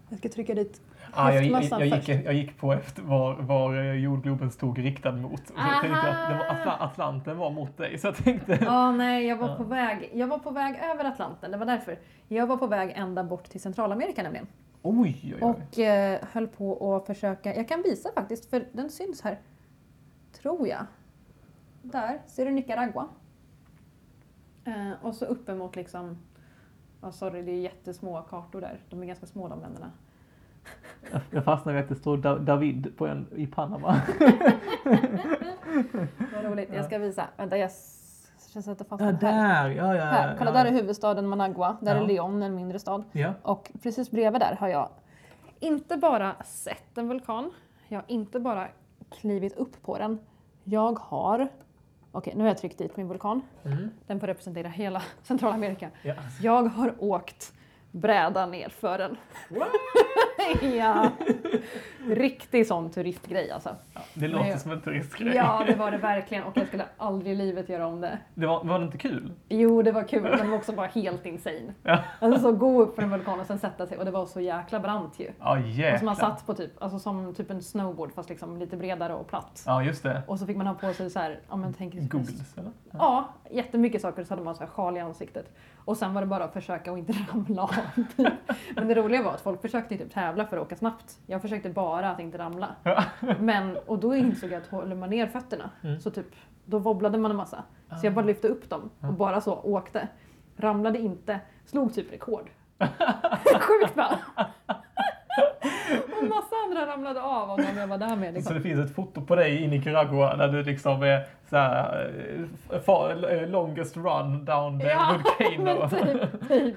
Speaker 2: Jag ska trycka dit
Speaker 1: Ah, jag, jag, jag, gick, jag gick på efter var, var eh, jordgloben stod riktad mot. Och
Speaker 2: Aha.
Speaker 1: jag tänkte att det var Atla- Atlanten var mot dig, så jag tänkte...
Speaker 2: [laughs] Ja, nej, jag var,
Speaker 1: Ja.
Speaker 2: på väg, jag var på väg över Atlanten, det var därför. Jag var på väg ända bort till Centralamerika nämligen.
Speaker 1: Oj, oj, oj.
Speaker 2: Och eh, höll på att försöka, jag kan visa faktiskt, för den syns här. Tror jag. Där, ser du Nicaragua? Eh, och så uppemot liksom, ja sorry det är jättesmå kartor där, de är ganska små de länderna.
Speaker 1: Jag- Jag fastnade vid att det står Da- David på en, i Panama.
Speaker 2: Vad roligt, jag ska visa. Vänta jag s- jag sätter fast den här.
Speaker 1: där! [laughs] Ja, ja,
Speaker 2: här. Kolla, där är huvudstaden Managua, där
Speaker 1: Ja.
Speaker 2: är Leon, en mindre stad.
Speaker 1: Ja.
Speaker 2: Och precis bredvid där har jag inte bara sett en vulkan, jag har inte bara klivit upp på den. Jag har... Okej, nu har jag tryckt dit min vulkan.
Speaker 1: Mm.
Speaker 2: Den får representera hela [laughs] Centralamerika.
Speaker 1: Ja.
Speaker 2: Jag har åkt bräda ner för den.
Speaker 1: What?
Speaker 2: [laughs] ja. Riktig sån turistgrej alltså.
Speaker 1: Det
Speaker 2: Men
Speaker 1: låter
Speaker 2: jag-
Speaker 1: som en turistgrej.
Speaker 2: Ja, det var det verkligen och jag skulle aldrig i livet göra om det.
Speaker 1: Det var, var det inte kul?
Speaker 2: Jo, det var kul, men det var också bara helt insane.
Speaker 1: Ja.
Speaker 2: Alltså så gå upp för en vulkan och sen sätta sig och det var så jäkla brant ju.
Speaker 1: Ja,
Speaker 2: Och som
Speaker 1: jäklar.
Speaker 2: man satt på typ, alltså som typ en snowboard fast liksom lite bredare och platt.
Speaker 1: Ja, just det.
Speaker 2: Och så fick man ha på sig så här, ja men tänk
Speaker 1: Googles, eller?
Speaker 2: Ja, jättemycket saker så hade man så här sjal i [laughs] ansiktet. Och sen var det bara att försöka och inte ramla av. typ. men det roliga var att folk försökte ju typ tävla för att åka snabbt. Jag försökte bara att inte ramla.
Speaker 1: Ja.
Speaker 2: Men, och då insåg jag att håller man ner fötterna
Speaker 1: Mm.
Speaker 2: så typ, då wobblade man en massa. Så jag
Speaker 1: Ah.
Speaker 2: bara lyfte upp dem och bara så åkte. Ramlade inte, slog typ rekord. [laughs] Sjukt va? och massa andra ramlade av av dem jag var där med.
Speaker 1: Så
Speaker 2: Liksom.
Speaker 1: det finns ett foto på dig i Nicaragua när du liksom är så här, eh, far, eh, longest run down the
Speaker 2: Ja,
Speaker 1: volcano.
Speaker 2: [laughs] Men typ, typ.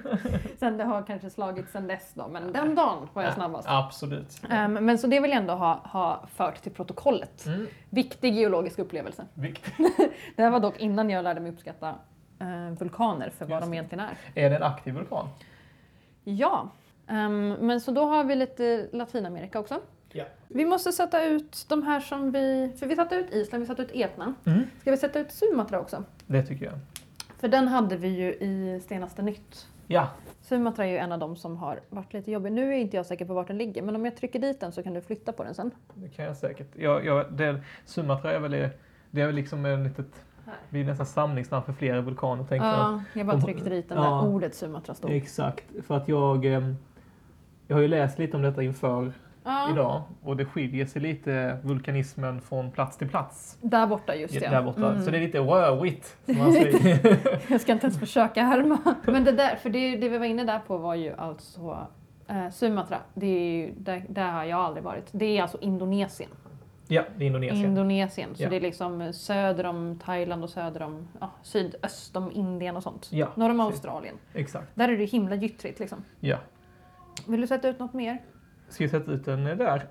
Speaker 2: Sen det har kanske slagit sen dess då, men den dagen var jag snabbast.
Speaker 1: Absolut.
Speaker 2: Ehm, men så det vill jag ändå ha, ha fört till protokollet.
Speaker 1: Mm.
Speaker 2: Viktig geologisk upplevelse.
Speaker 1: Viktigt.
Speaker 2: Det här var dock innan jag lärde mig uppskatta eh, vulkaner för vad
Speaker 1: Just
Speaker 2: de
Speaker 1: det.
Speaker 2: egentligen är.
Speaker 1: Är det en aktiv vulkan?
Speaker 2: Ja, ehm, men så då har vi lite Latinamerika också.
Speaker 1: Ja.
Speaker 2: Vi måste sätta ut de här som vi... För vi satte ut Island, vi satte ut Etna.
Speaker 1: Mm.
Speaker 2: Ska vi sätta ut Sumatra också?
Speaker 1: Det tycker jag.
Speaker 2: För den hade vi ju i Senaste Nytt.
Speaker 1: Ja,
Speaker 2: Sumatra är ju en av de som har varit lite jobbig. Nu är inte jag säker på vart den ligger, men om jag trycker dit den så kan du flytta på den sen.
Speaker 1: det kan jag säkert. Jag, jag, det, Sumatra är väl, det är väl liksom en litet,
Speaker 2: Här.
Speaker 1: det är nästan samlingsnamn för flera vulkaner tänker jag.
Speaker 2: Ja, jag bara tryckte dit den där
Speaker 1: Ja.
Speaker 2: ordet Sumatra stod.
Speaker 1: Exakt, för att jag, ehm, jag har ju läst lite om detta inför
Speaker 2: Ja,
Speaker 1: idag och det skiljer sig lite vulkanismen från plats till plats
Speaker 2: där borta just det.
Speaker 1: där borta.
Speaker 2: Mm.
Speaker 1: Så det är lite röigt. som man säger.
Speaker 2: [laughs] Jag ska
Speaker 1: [laughs]
Speaker 2: inte ens försöka härma. Men det där, för det, det vi var inne där på var ju alltså eh, Sumatra. Det är ju, där, där har jag aldrig varit. Det är alltså Indonesien.
Speaker 1: ja, det är Indonesien.
Speaker 2: Indonesien. Så
Speaker 1: Ja.
Speaker 2: det är liksom söder om Thailand och söder om ja, sydöst om Indien och sånt.
Speaker 1: Ja,
Speaker 2: Norr om
Speaker 1: precis.
Speaker 2: Australien.
Speaker 1: Exakt.
Speaker 2: Där är det himla gyttrigt liksom.
Speaker 1: Ja.
Speaker 2: Vill du sätta ut något mer?
Speaker 1: Ska vi sätta ut den där?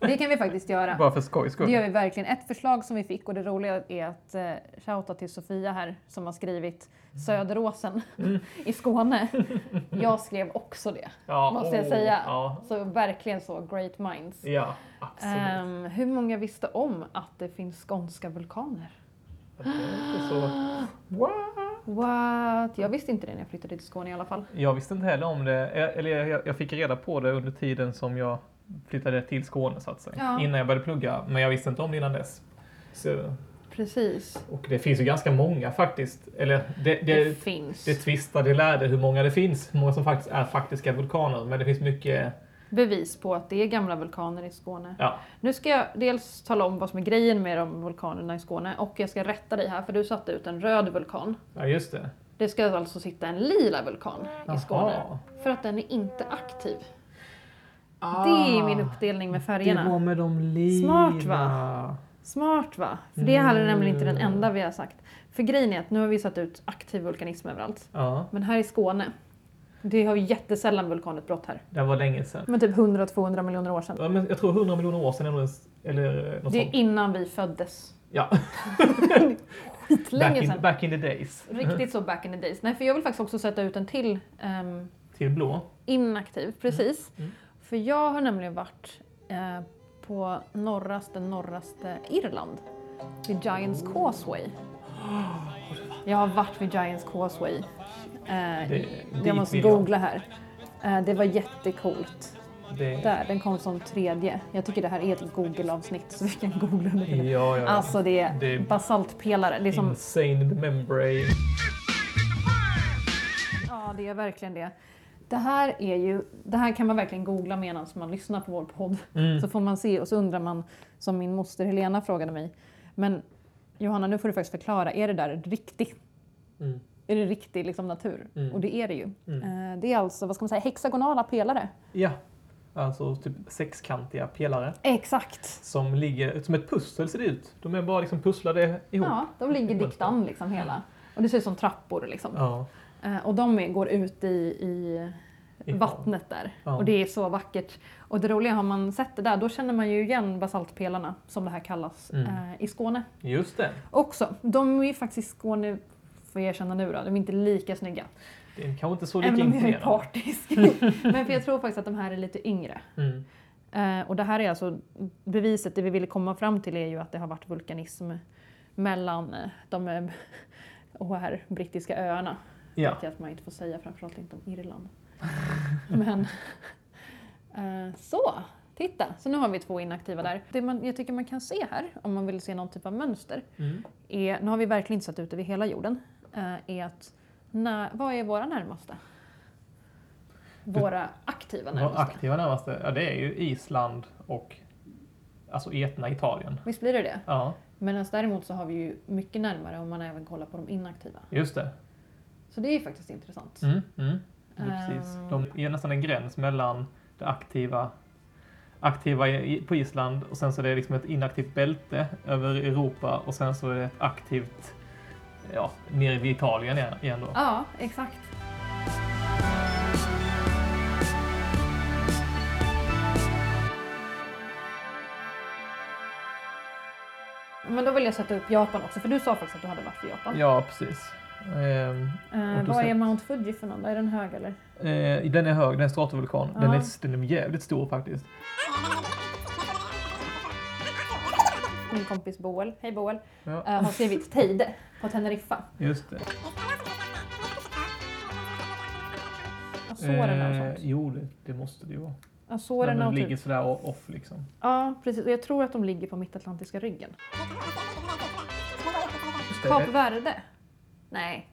Speaker 2: Det kan vi faktiskt göra.
Speaker 1: [laughs] Bara för skojs
Speaker 2: Det gör
Speaker 1: skull.
Speaker 2: vi verkligen. Ett förslag som vi fick och det roliga är att eh, shouta till Sofia här som har skrivit Söderåsen i Skåne.
Speaker 1: [laughs]
Speaker 2: Jag skrev också det.
Speaker 1: Ja,
Speaker 2: måste jag
Speaker 1: åh,
Speaker 2: säga.
Speaker 1: Ja,
Speaker 2: Så verkligen så great minds.
Speaker 1: ja absolut.
Speaker 2: Ehm, hur många visste om att det finns skånska vulkaner?
Speaker 1: Det är inte så... Wow.
Speaker 2: What? Jag visste inte det när jag flyttade till Skåne i alla fall.
Speaker 1: Jag visste inte heller om det, Eh, eller jag, jag fick reda på det under tiden som jag flyttade till Skåne så att säga.
Speaker 2: Ja.
Speaker 1: Innan jag började plugga, men jag visste inte om det innan dess. Så,
Speaker 2: Precis.
Speaker 1: och det finns ju ganska många faktiskt, eller det,
Speaker 2: Det,
Speaker 1: det,
Speaker 2: finns.
Speaker 1: det tvistade lärde hur många det finns, hur många som faktiskt är faktiska vulkaner, men det finns mycket,
Speaker 2: Bevis på att det är gamla vulkaner i Skåne.
Speaker 1: ja,
Speaker 2: Nu ska jag dels tala om vad som är grejen med de vulkanerna i Skåne och jag ska rätta dig här för du satte ut en röd vulkan.
Speaker 1: ja just det.
Speaker 2: Det ska alltså sitta en lila vulkan i Skåne.
Speaker 1: Jaha.
Speaker 2: För att den är inte aktiv. Det är min uppdelning med färgerna.
Speaker 1: Det var med de lila.
Speaker 2: Smart, va? Smart va? För det här är nämligen inte den enda vi har sagt. För grejen är att nu har vi satt ut aktiv vulkanism överallt.
Speaker 1: Ja,
Speaker 2: Men här i Skåne, det har ju jättesällan vulkanutbrott här.
Speaker 1: det var länge sedan.
Speaker 2: Men typ 100-200 miljoner år sedan.
Speaker 1: Ja, men jag tror 100 miljoner år sedan är nog en, eller något
Speaker 2: Det är
Speaker 1: sånt.
Speaker 2: innan vi föddes. [laughs]
Speaker 1: Ja, back
Speaker 2: Länge
Speaker 1: in,
Speaker 2: sedan.
Speaker 1: back Mm. in the days.
Speaker 2: Riktigt så back in the days. Nej, för jag vill faktiskt också sätta ut en till ehm,
Speaker 1: Till blå.
Speaker 2: inaktiv. Precis.
Speaker 1: Mm.
Speaker 2: För jag har nämligen varit eh, på norraste, norraste Irland. Vid Giants
Speaker 1: Oh. [gasps]
Speaker 2: Causeway. Jag har varit vid Giants Causeway. Eh,
Speaker 1: Det-
Speaker 2: jag
Speaker 1: dit
Speaker 2: måste
Speaker 1: vill jag.
Speaker 2: googla här. Eh, det var jättecoolt.
Speaker 1: Det,
Speaker 2: Där, den kom som tredje. Jag tycker det här är ett Google-avsnitt så vi kan googla
Speaker 1: Ja,
Speaker 2: under tiden.
Speaker 1: ja, ja.
Speaker 2: Alltså det är
Speaker 1: Det-
Speaker 2: basaltpelare. Det är som,
Speaker 1: Insane membrane.
Speaker 2: ja, det är verkligen det. Det här, är ju, det här kan man verkligen googla medan man lyssnar på vår podd.
Speaker 1: Mm.
Speaker 2: Så får man se och så undrar man, som min moster Helena frågade mig. Men Johanna, nu får du faktiskt förklara, är det där riktigt?
Speaker 1: Mm.
Speaker 2: Är det riktig liksom, natur?
Speaker 1: Mm.
Speaker 2: Och det är det ju. Eh, Det är alltså, vad ska man säga, hexagonala pelare.
Speaker 1: Ja, alltså typ sexkantiga pelare
Speaker 2: Exakt.
Speaker 1: som ligger som ett pussel ser det ut. De är bara liksom pusslade ihop.
Speaker 2: Ja, de ligger dikt an liksom hela. Och det ser ut som trappor liksom.
Speaker 1: Ja.
Speaker 2: Eh, Och de är- går ut i, i
Speaker 1: I hav.
Speaker 2: vattnet där.
Speaker 1: Ja.
Speaker 2: Och det är så vackert. Och det roliga, har man sett det där, då känner man ju igen basaltpelarna, som det här kallas,
Speaker 1: Mm.
Speaker 2: eh, i Skåne.
Speaker 1: Just det.
Speaker 2: Också. De är ju faktiskt i Skåne, får jag erkänna nu då, de är inte lika snygga.
Speaker 1: Det är kanske inte så lika
Speaker 2: Även om jag är
Speaker 1: imponerande.
Speaker 2: partisk. [laughs] Men för jag tror faktiskt att de här är lite yngre.
Speaker 1: Mm.
Speaker 2: Eh, och det här är alltså beviset, det vi ville komma fram till är ju att det har varit vulkanism mellan eh, de eh, [laughs] och här, brittiska öarna.
Speaker 1: Ja.
Speaker 2: Vet jag att man inte får säga, framförallt inte om Irland. [laughs] Men [laughs] eh, så, titta, så nu har vi två inaktiva där. Det man, jag tycker man kan se här, om man vill se någon typ av mönster,
Speaker 1: Mm.
Speaker 2: är, nu har vi verkligen inte satt ut över hela jorden, eh, är att när, vad är våra närmaste?
Speaker 4: våra aktiva
Speaker 1: De
Speaker 4: närmaste.
Speaker 1: aktiva närmaste, ja det är ju Island och alltså Etna, Italien.
Speaker 2: Visst blir det det?
Speaker 1: Ja,
Speaker 2: Medan däremot så har vi ju mycket närmare om man även kollar på de inaktiva.
Speaker 1: just det.
Speaker 2: Så det är ju faktiskt intressant.
Speaker 1: Mm, mm. Det är Precis.
Speaker 2: Ehm.
Speaker 1: De är nästan en gräns mellan det aktiva, aktiva i- i- på Island och sen så är det liksom ett inaktivt bälte över Europa och sen så är det ett aktivt ja, nere vid Italien igen- igen då.
Speaker 2: Ja, exakt. Men då vill jag sätta upp Japan också, för du sa faktiskt att du hade varit i Japan.
Speaker 1: Ja, precis. Ehm,
Speaker 2: Eh,
Speaker 1: Och då
Speaker 2: vad är
Speaker 1: sätt-
Speaker 2: Mount Fuji för någon då? Är den hög eller?
Speaker 1: eh, den är hög, den är stratovulkan. Den,
Speaker 2: Ja.
Speaker 1: är, den är jävligt stor faktiskt.
Speaker 2: Min kompis Boel, hej Boel,
Speaker 1: Ja. [laughs]
Speaker 2: eh, har skrivit Teide på Teneriffa.
Speaker 1: Just det.
Speaker 2: Azorerna och
Speaker 1: Eh,
Speaker 2: sånt.
Speaker 1: Jo, det, det måste det ju vara. Eh, Men
Speaker 2: Azorerna
Speaker 1: den
Speaker 2: och
Speaker 1: ligger
Speaker 2: typ.
Speaker 1: sådär o- off liksom.
Speaker 2: Ja, precis. Och jag tror att de ligger på Mittatlantiska ryggen.
Speaker 1: Just det,
Speaker 2: Kap Verde? Nej,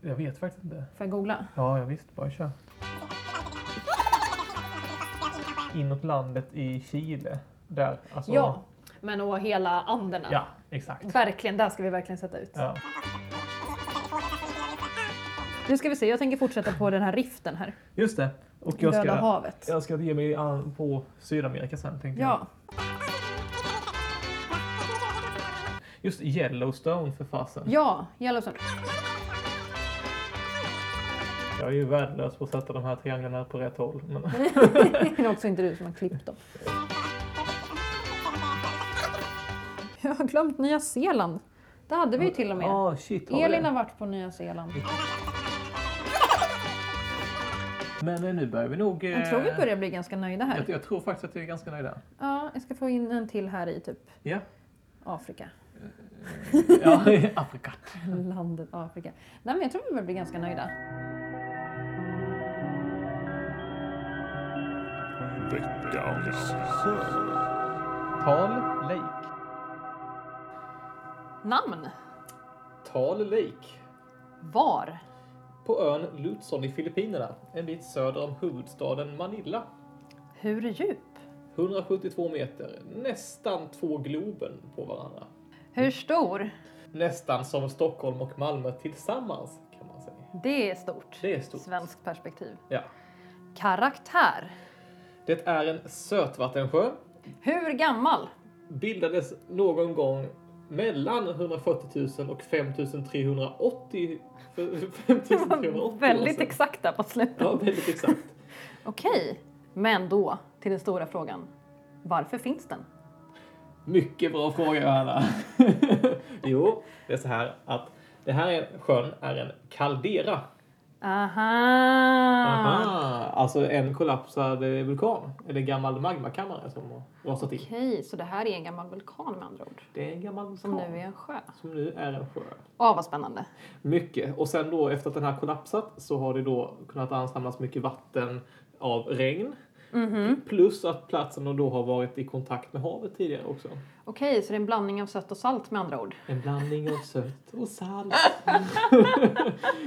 Speaker 1: det- Jag vet faktiskt inte.
Speaker 2: får jag googla?
Speaker 1: Ja, jag visst. Bara kör. Inåt landet i Chile. Där. Alltså,
Speaker 2: Ja, men och hela Anderna.
Speaker 1: Ja, exakt.
Speaker 2: Verkligen, där ska vi verkligen sätta ut.
Speaker 1: Ja.
Speaker 2: Nu ska vi se, jag tänker fortsätta på den här riften här.
Speaker 1: Just det. Och jag
Speaker 2: Röda
Speaker 1: ska,
Speaker 2: havet.
Speaker 1: jag ska ge mig an på Sydamerika sen tänkte jag.
Speaker 2: Ja,
Speaker 1: Just Yellowstone för fasen.
Speaker 2: ja, [laughs] Yellowstone.
Speaker 1: Jag är ju värdelös på att sätta de här trianglarna på rätt håll. Men...
Speaker 2: Det är också inte du som har klippt dem. Jag har glömt Nya Zeeland. Det hade vi ju till och med.
Speaker 1: Ah, shit, har vi
Speaker 2: Elin
Speaker 1: det?
Speaker 2: har varit på Nya Zeeland.
Speaker 1: Men eh, nu börjar vi nog... eh,
Speaker 2: Jag tror vi börjar bli ganska nöjda
Speaker 1: Jag,
Speaker 2: här.
Speaker 1: jag tror faktiskt att vi är ganska
Speaker 2: [laughs]
Speaker 1: nöjda.
Speaker 2: Ja, jag ska få in en till här i typ
Speaker 1: Ja.
Speaker 2: Afrika. [laughs]
Speaker 1: ja, Afrika.
Speaker 2: Landet Afrika. Nej, men jag tror vi börjar bli ganska nöjda.
Speaker 5: Veckans skörd.
Speaker 1: Tal Lake.
Speaker 2: Namn?
Speaker 1: Tal Lake.
Speaker 2: Var?
Speaker 1: På ön Luzon i Filippinerna, en bit söder om huvudstaden Manila.
Speaker 2: Hur djup?
Speaker 1: 172 meter, nästan två Globen på varandra.
Speaker 2: Hur stor?
Speaker 1: Nästan som Stockholm och Malmö tillsammans kan man säga.
Speaker 2: Det är stort.
Speaker 1: Det är stort.
Speaker 2: Svenskt perspektiv.
Speaker 1: Ja.
Speaker 2: Karaktär.
Speaker 1: Det är en sötvattensjö.
Speaker 2: Hur gammal?
Speaker 1: Bildades någon gång mellan 140 000 och 5 380 för- 5 380 år
Speaker 2: Väldigt
Speaker 1: sedan.
Speaker 2: exakta på slutet.
Speaker 1: Ja, väldigt exakt.
Speaker 2: Okej, men då till den stora frågan. Varför finns den?
Speaker 1: Mycket bra fråga Johanna. [laughs] jo, det är så här att det här är, sjön är en kaldera.
Speaker 2: Aha!
Speaker 1: Aha, alltså en kollapsad eh, vulkan. Eller gammal magmakammare som har rasat in.
Speaker 2: Okej, så det här är en gammal vulkan med andra ord.
Speaker 1: Det är en gammal vulkan.
Speaker 2: Som nu är en sjö.
Speaker 1: Som nu är en sjö.
Speaker 2: Åh, vad spännande.
Speaker 1: Mycket. Och sen då efter att den här kollapsat så har det då kunnat ansamlas mycket vatten av regn.
Speaker 2: Mhm.
Speaker 1: Plus att platsen då har varit i kontakt med havet tidigare också.
Speaker 2: Okej, så det är en blandning av sött och salt med andra ord.
Speaker 1: En blandning av sött och
Speaker 2: [laughs]
Speaker 1: salt.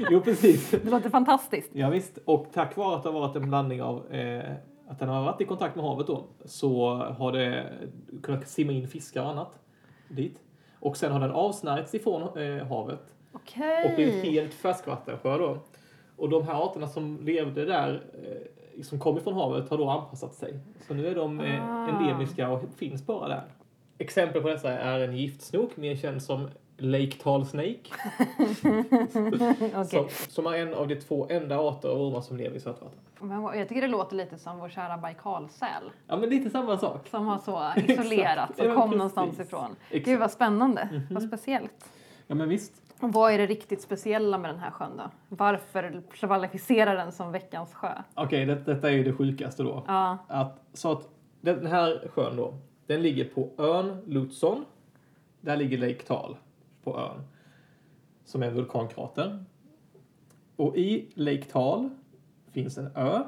Speaker 1: jo, precis.
Speaker 2: Det låter fantastiskt.
Speaker 1: Ja, visst. och tack vare att det har varit en blandning av eh, att den har varit i kontakt med havet då så har det kunnat simma in fiskar och annat dit. Och sen har den avsnärjts ifrån eh, havet
Speaker 2: Mm.
Speaker 1: och blivit
Speaker 2: Okej.
Speaker 1: helt färskvattensjö då. Och de här arterna som levde där eh, som kom ifrån havet har då anpassat sig. Så nu är de eh,
Speaker 2: Ah.
Speaker 1: endemiska och finns bara där. Exempel på dessa är en giftsnok, mer känd som Lake Tal Snake.
Speaker 2: Okej.
Speaker 1: Som, som är en av de två enda arter av ormar som lever i sötvatten.
Speaker 2: Men vad- Jag tycker det låter lite som vår kära Baikalsäl
Speaker 1: Ja, men lite samma sak.
Speaker 2: som har så
Speaker 1: [laughs] Exakt.
Speaker 2: isolerats och
Speaker 1: Ja,
Speaker 2: kom
Speaker 1: precis.
Speaker 2: någonstans ifrån.
Speaker 1: Exakt. Mhm.
Speaker 2: Gud vad spännande, vad speciellt.
Speaker 1: Ja, men visst.
Speaker 2: Och vad är det riktigt speciella med den här sjön då? Varför kvalificerar den som veckans sjö?
Speaker 1: Okej, det, detta är ju det sjukaste då.
Speaker 2: Ja,
Speaker 1: Att, så att den här sjön då, den ligger på ön Luzon. Där ligger Lake Tal på ön. Som är en vulkankrater. Och i Lake Tal finns en ö.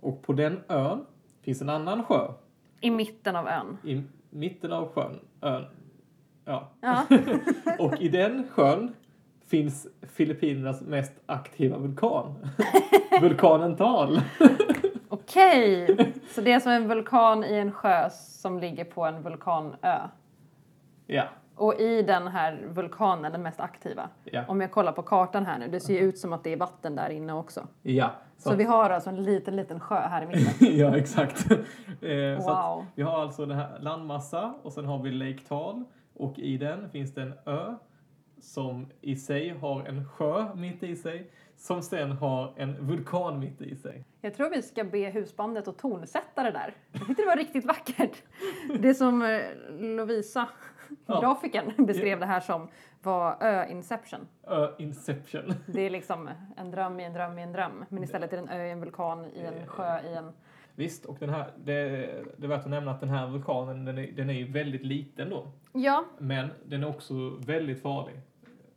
Speaker 1: Och på den ön finns en annan sjö.
Speaker 2: i mitten av ön.
Speaker 1: I mitten av sjön, ön. Ja.
Speaker 2: Ja.
Speaker 1: Och i den sjön finns Filippinernas mest aktiva [laughs] vulkan. Vulkanen Tal.
Speaker 2: [laughs] Okej! Så det är som en vulkan i en sjö som ligger på en vulkanö.
Speaker 1: Ja,
Speaker 2: Och i den här vulkanen, den mest aktiva,
Speaker 1: ja,
Speaker 2: om jag kollar på kartan här nu, det ser ju ut som att det är vatten där inne också.
Speaker 1: ja.
Speaker 2: Så, vi har alltså en liten, liten sjö här i mitten.
Speaker 1: [laughs] ja, exakt. Eh, så att
Speaker 2: Wow.
Speaker 1: vi har alltså den här landmassa och sen har vi Lake Tal och i den finns det en ö som i sig har en sjö mitt i sig som sen har en vulkan mitt i sig.
Speaker 2: Jag tror vi ska be husbandet att tonsätta det där. Jag tyckte det var riktigt vackert. Det som eh, Lovisa,
Speaker 1: Ja.
Speaker 2: grafikern, beskrev det här som var ö-inception.
Speaker 1: Ö
Speaker 2: [laughs]
Speaker 1: Inception.
Speaker 2: Det är liksom en dröm i en dröm i en dröm. Men istället är det en ö i en vulkan i en sjö i en...
Speaker 1: Visst, och den här, det, det är värt att nämna att den här vulkanen den är, den är ju väldigt liten då.
Speaker 2: Ja,
Speaker 1: Men den är också väldigt farlig.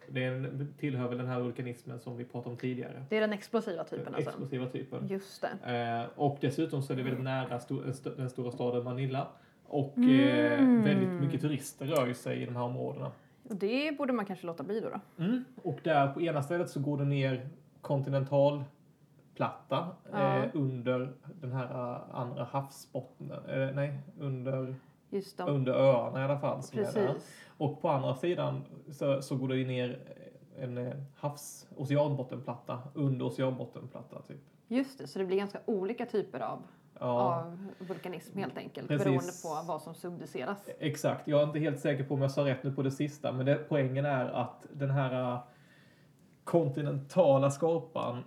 Speaker 1: Den tillhör väl den här vulkanismen som vi pratade om tidigare.
Speaker 2: det är den explosiva typen
Speaker 1: Den
Speaker 2: alltså.
Speaker 1: explosiva typen.
Speaker 2: Just det.
Speaker 1: Eh, och dessutom så är det väldigt nära sto- den st- den stora staden Manila. Och
Speaker 2: Mm.
Speaker 1: eh, väldigt mycket turister rör ju sig i de här områdena.
Speaker 2: Och det borde man kanske låta bli då. då.
Speaker 1: Mm. Och där på ena stället så går det ner kontinentalplatta
Speaker 2: Ja.
Speaker 1: eh, under den här eh, andra havsbottnen. Eh, nej, under,
Speaker 2: Just de.
Speaker 1: under öarna i alla fall. som är där.
Speaker 2: Precis.
Speaker 1: Och på andra sidan så, så går det ju ner en eh, havs oceanbottenplatta under oceanbottenplatta. Typ.
Speaker 2: Just det, så det blir ganska olika typer av, av vulkanism helt enkelt.
Speaker 1: Precis.
Speaker 2: Beroende på vad som subduceras.
Speaker 1: Exakt, jag är inte helt säker på om jag sa rätt nu på det sista men det, poängen är att den här äh, kontinentala skorpan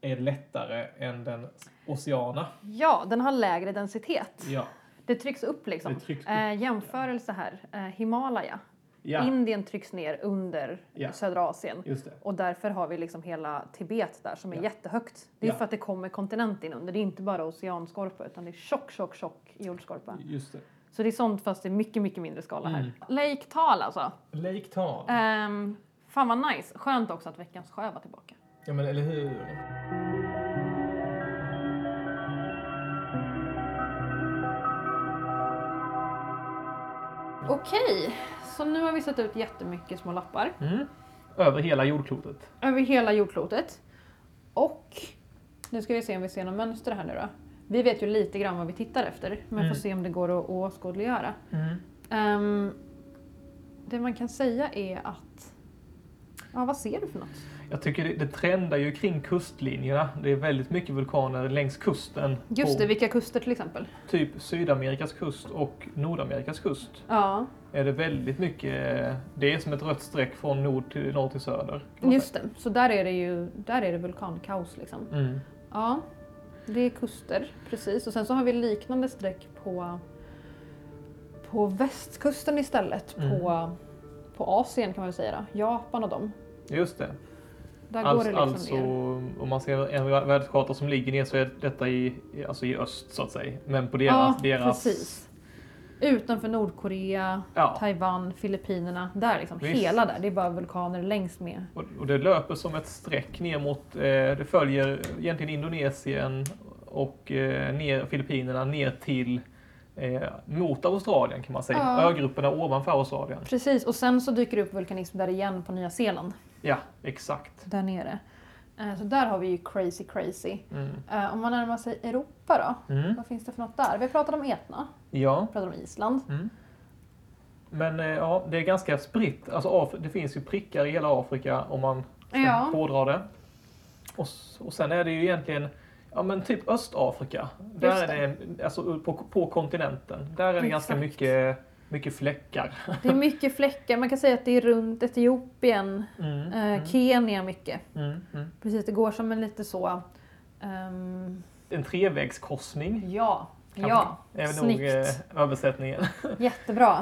Speaker 1: är lättare än den oceana.
Speaker 2: Ja, den har lägre densitet.
Speaker 1: Ja,
Speaker 2: Det trycks upp liksom.
Speaker 1: Det trycks upp.
Speaker 2: Eh, jämförelse här, eh, Himalaya.
Speaker 1: ja
Speaker 2: Indien trycks ner under
Speaker 1: Ja.
Speaker 2: södra Asien.
Speaker 1: just det.
Speaker 2: Och därför har vi liksom hela Tibet där som är
Speaker 1: Ja.
Speaker 2: jättehögt. Det är
Speaker 1: Ja.
Speaker 2: för att det kommer kontinent in under. Det är inte bara oceanskorpa utan det är tjock, tjock, tjock jordskorpa.
Speaker 1: Just det.
Speaker 2: Så det är sånt fast i mycket, mycket mindre skala här.
Speaker 1: Mm.
Speaker 2: Lake Tal alltså.
Speaker 1: Lake Tahoe.
Speaker 2: Ehm, fan vad nice. Skönt också att veckans sjö var tillbaka.
Speaker 1: Ja men eller hur?
Speaker 2: Okej, så nu har vi satt ut jättemycket små lappar.
Speaker 1: Mm. Över hela jordklotet.
Speaker 2: över hela jordklotet. Och nu ska vi se om vi ser något mönster här nu då. Vi vet ju lite grann vad vi tittar efter, men
Speaker 1: Mm.
Speaker 2: får se om det går att åskådliggöra.
Speaker 1: Mm.
Speaker 2: Ehm, det man kan säga är att... Ja, vad ser du för något?
Speaker 1: Jag tycker det, det trendar ju kring kustlinjerna. Det är väldigt mycket vulkaner längs kusten.
Speaker 2: Just
Speaker 1: på
Speaker 2: det, vilka kuster till exempel?
Speaker 1: Typ Sydamerikas kust och Nordamerikas kust.
Speaker 2: Ja,
Speaker 1: är det väldigt mycket, det är som ett rött streck från nord till, norr till söder. kan man
Speaker 2: just det. Så där är det ju där är det vulkankaos liksom.
Speaker 1: säga. Mm.
Speaker 2: Ja, det är kuster, precis. Och sen så har vi liknande streck på, på västkusten istället,
Speaker 1: Mm.
Speaker 2: på, på Asien kan man väl säga. Då. Japan och dem.
Speaker 1: Just det.
Speaker 2: Där går
Speaker 1: Alls,
Speaker 2: det liksom
Speaker 1: alltså,
Speaker 2: ner.
Speaker 1: om man ser en världskarta som ligger ner så är detta i, i- alltså i öst så att säga. Men på deras...
Speaker 2: ja,
Speaker 1: deras
Speaker 2: precis. Utanför Nordkorea,
Speaker 1: Ja.
Speaker 2: Taiwan, Filippinerna. Där liksom,
Speaker 1: Visst.
Speaker 2: hela där. Det är bara vulkaner längs med.
Speaker 1: Och, och det löper som ett streck ner mot, eh, det följer egentligen Indonesien och eh, ner, Filippinerna ner till eh, mot Australien kan man säga.
Speaker 2: Ja.
Speaker 1: Ögrupperna ovanför Australien.
Speaker 2: Precis, och sen så dyker det upp vulkanism där igen på Nya Zeeland.
Speaker 1: Ja, exakt.
Speaker 2: Där nere. Eh, Så där har vi ju crazy crazy.
Speaker 1: Mm.
Speaker 2: Eh, Om man närmar sig Europa då?
Speaker 1: Mm.
Speaker 2: Vad finns det för något där? Vi pratade om Etna,
Speaker 1: Ja.
Speaker 2: vi pratade om Island.
Speaker 1: Mm. Men eh, ja, det är ganska spritt. Alltså, Af- det finns ju prickar i hela Afrika om man ska
Speaker 2: Ja.
Speaker 1: hårdra det. Och, s- och sen är det ju egentligen ja, men typ Östafrika. Där
Speaker 2: Just
Speaker 1: är det, alltså, på, på kontinenten. Där är det ganska
Speaker 2: Exakt.
Speaker 1: mycket, mycket fläckar.
Speaker 2: Det är mycket fläckar, man kan säga att det är runt Etiopien,
Speaker 1: Mm,
Speaker 2: eh, Kenya mycket.
Speaker 1: mm, mm.
Speaker 2: Precis, det går som en lite så... ehm,
Speaker 1: En trevägskorsning.
Speaker 2: ja,
Speaker 1: kan
Speaker 2: ja,
Speaker 1: man- är nog
Speaker 2: snyggt.
Speaker 1: eh, översättningen. [laughs]
Speaker 2: [laughs] jättebra.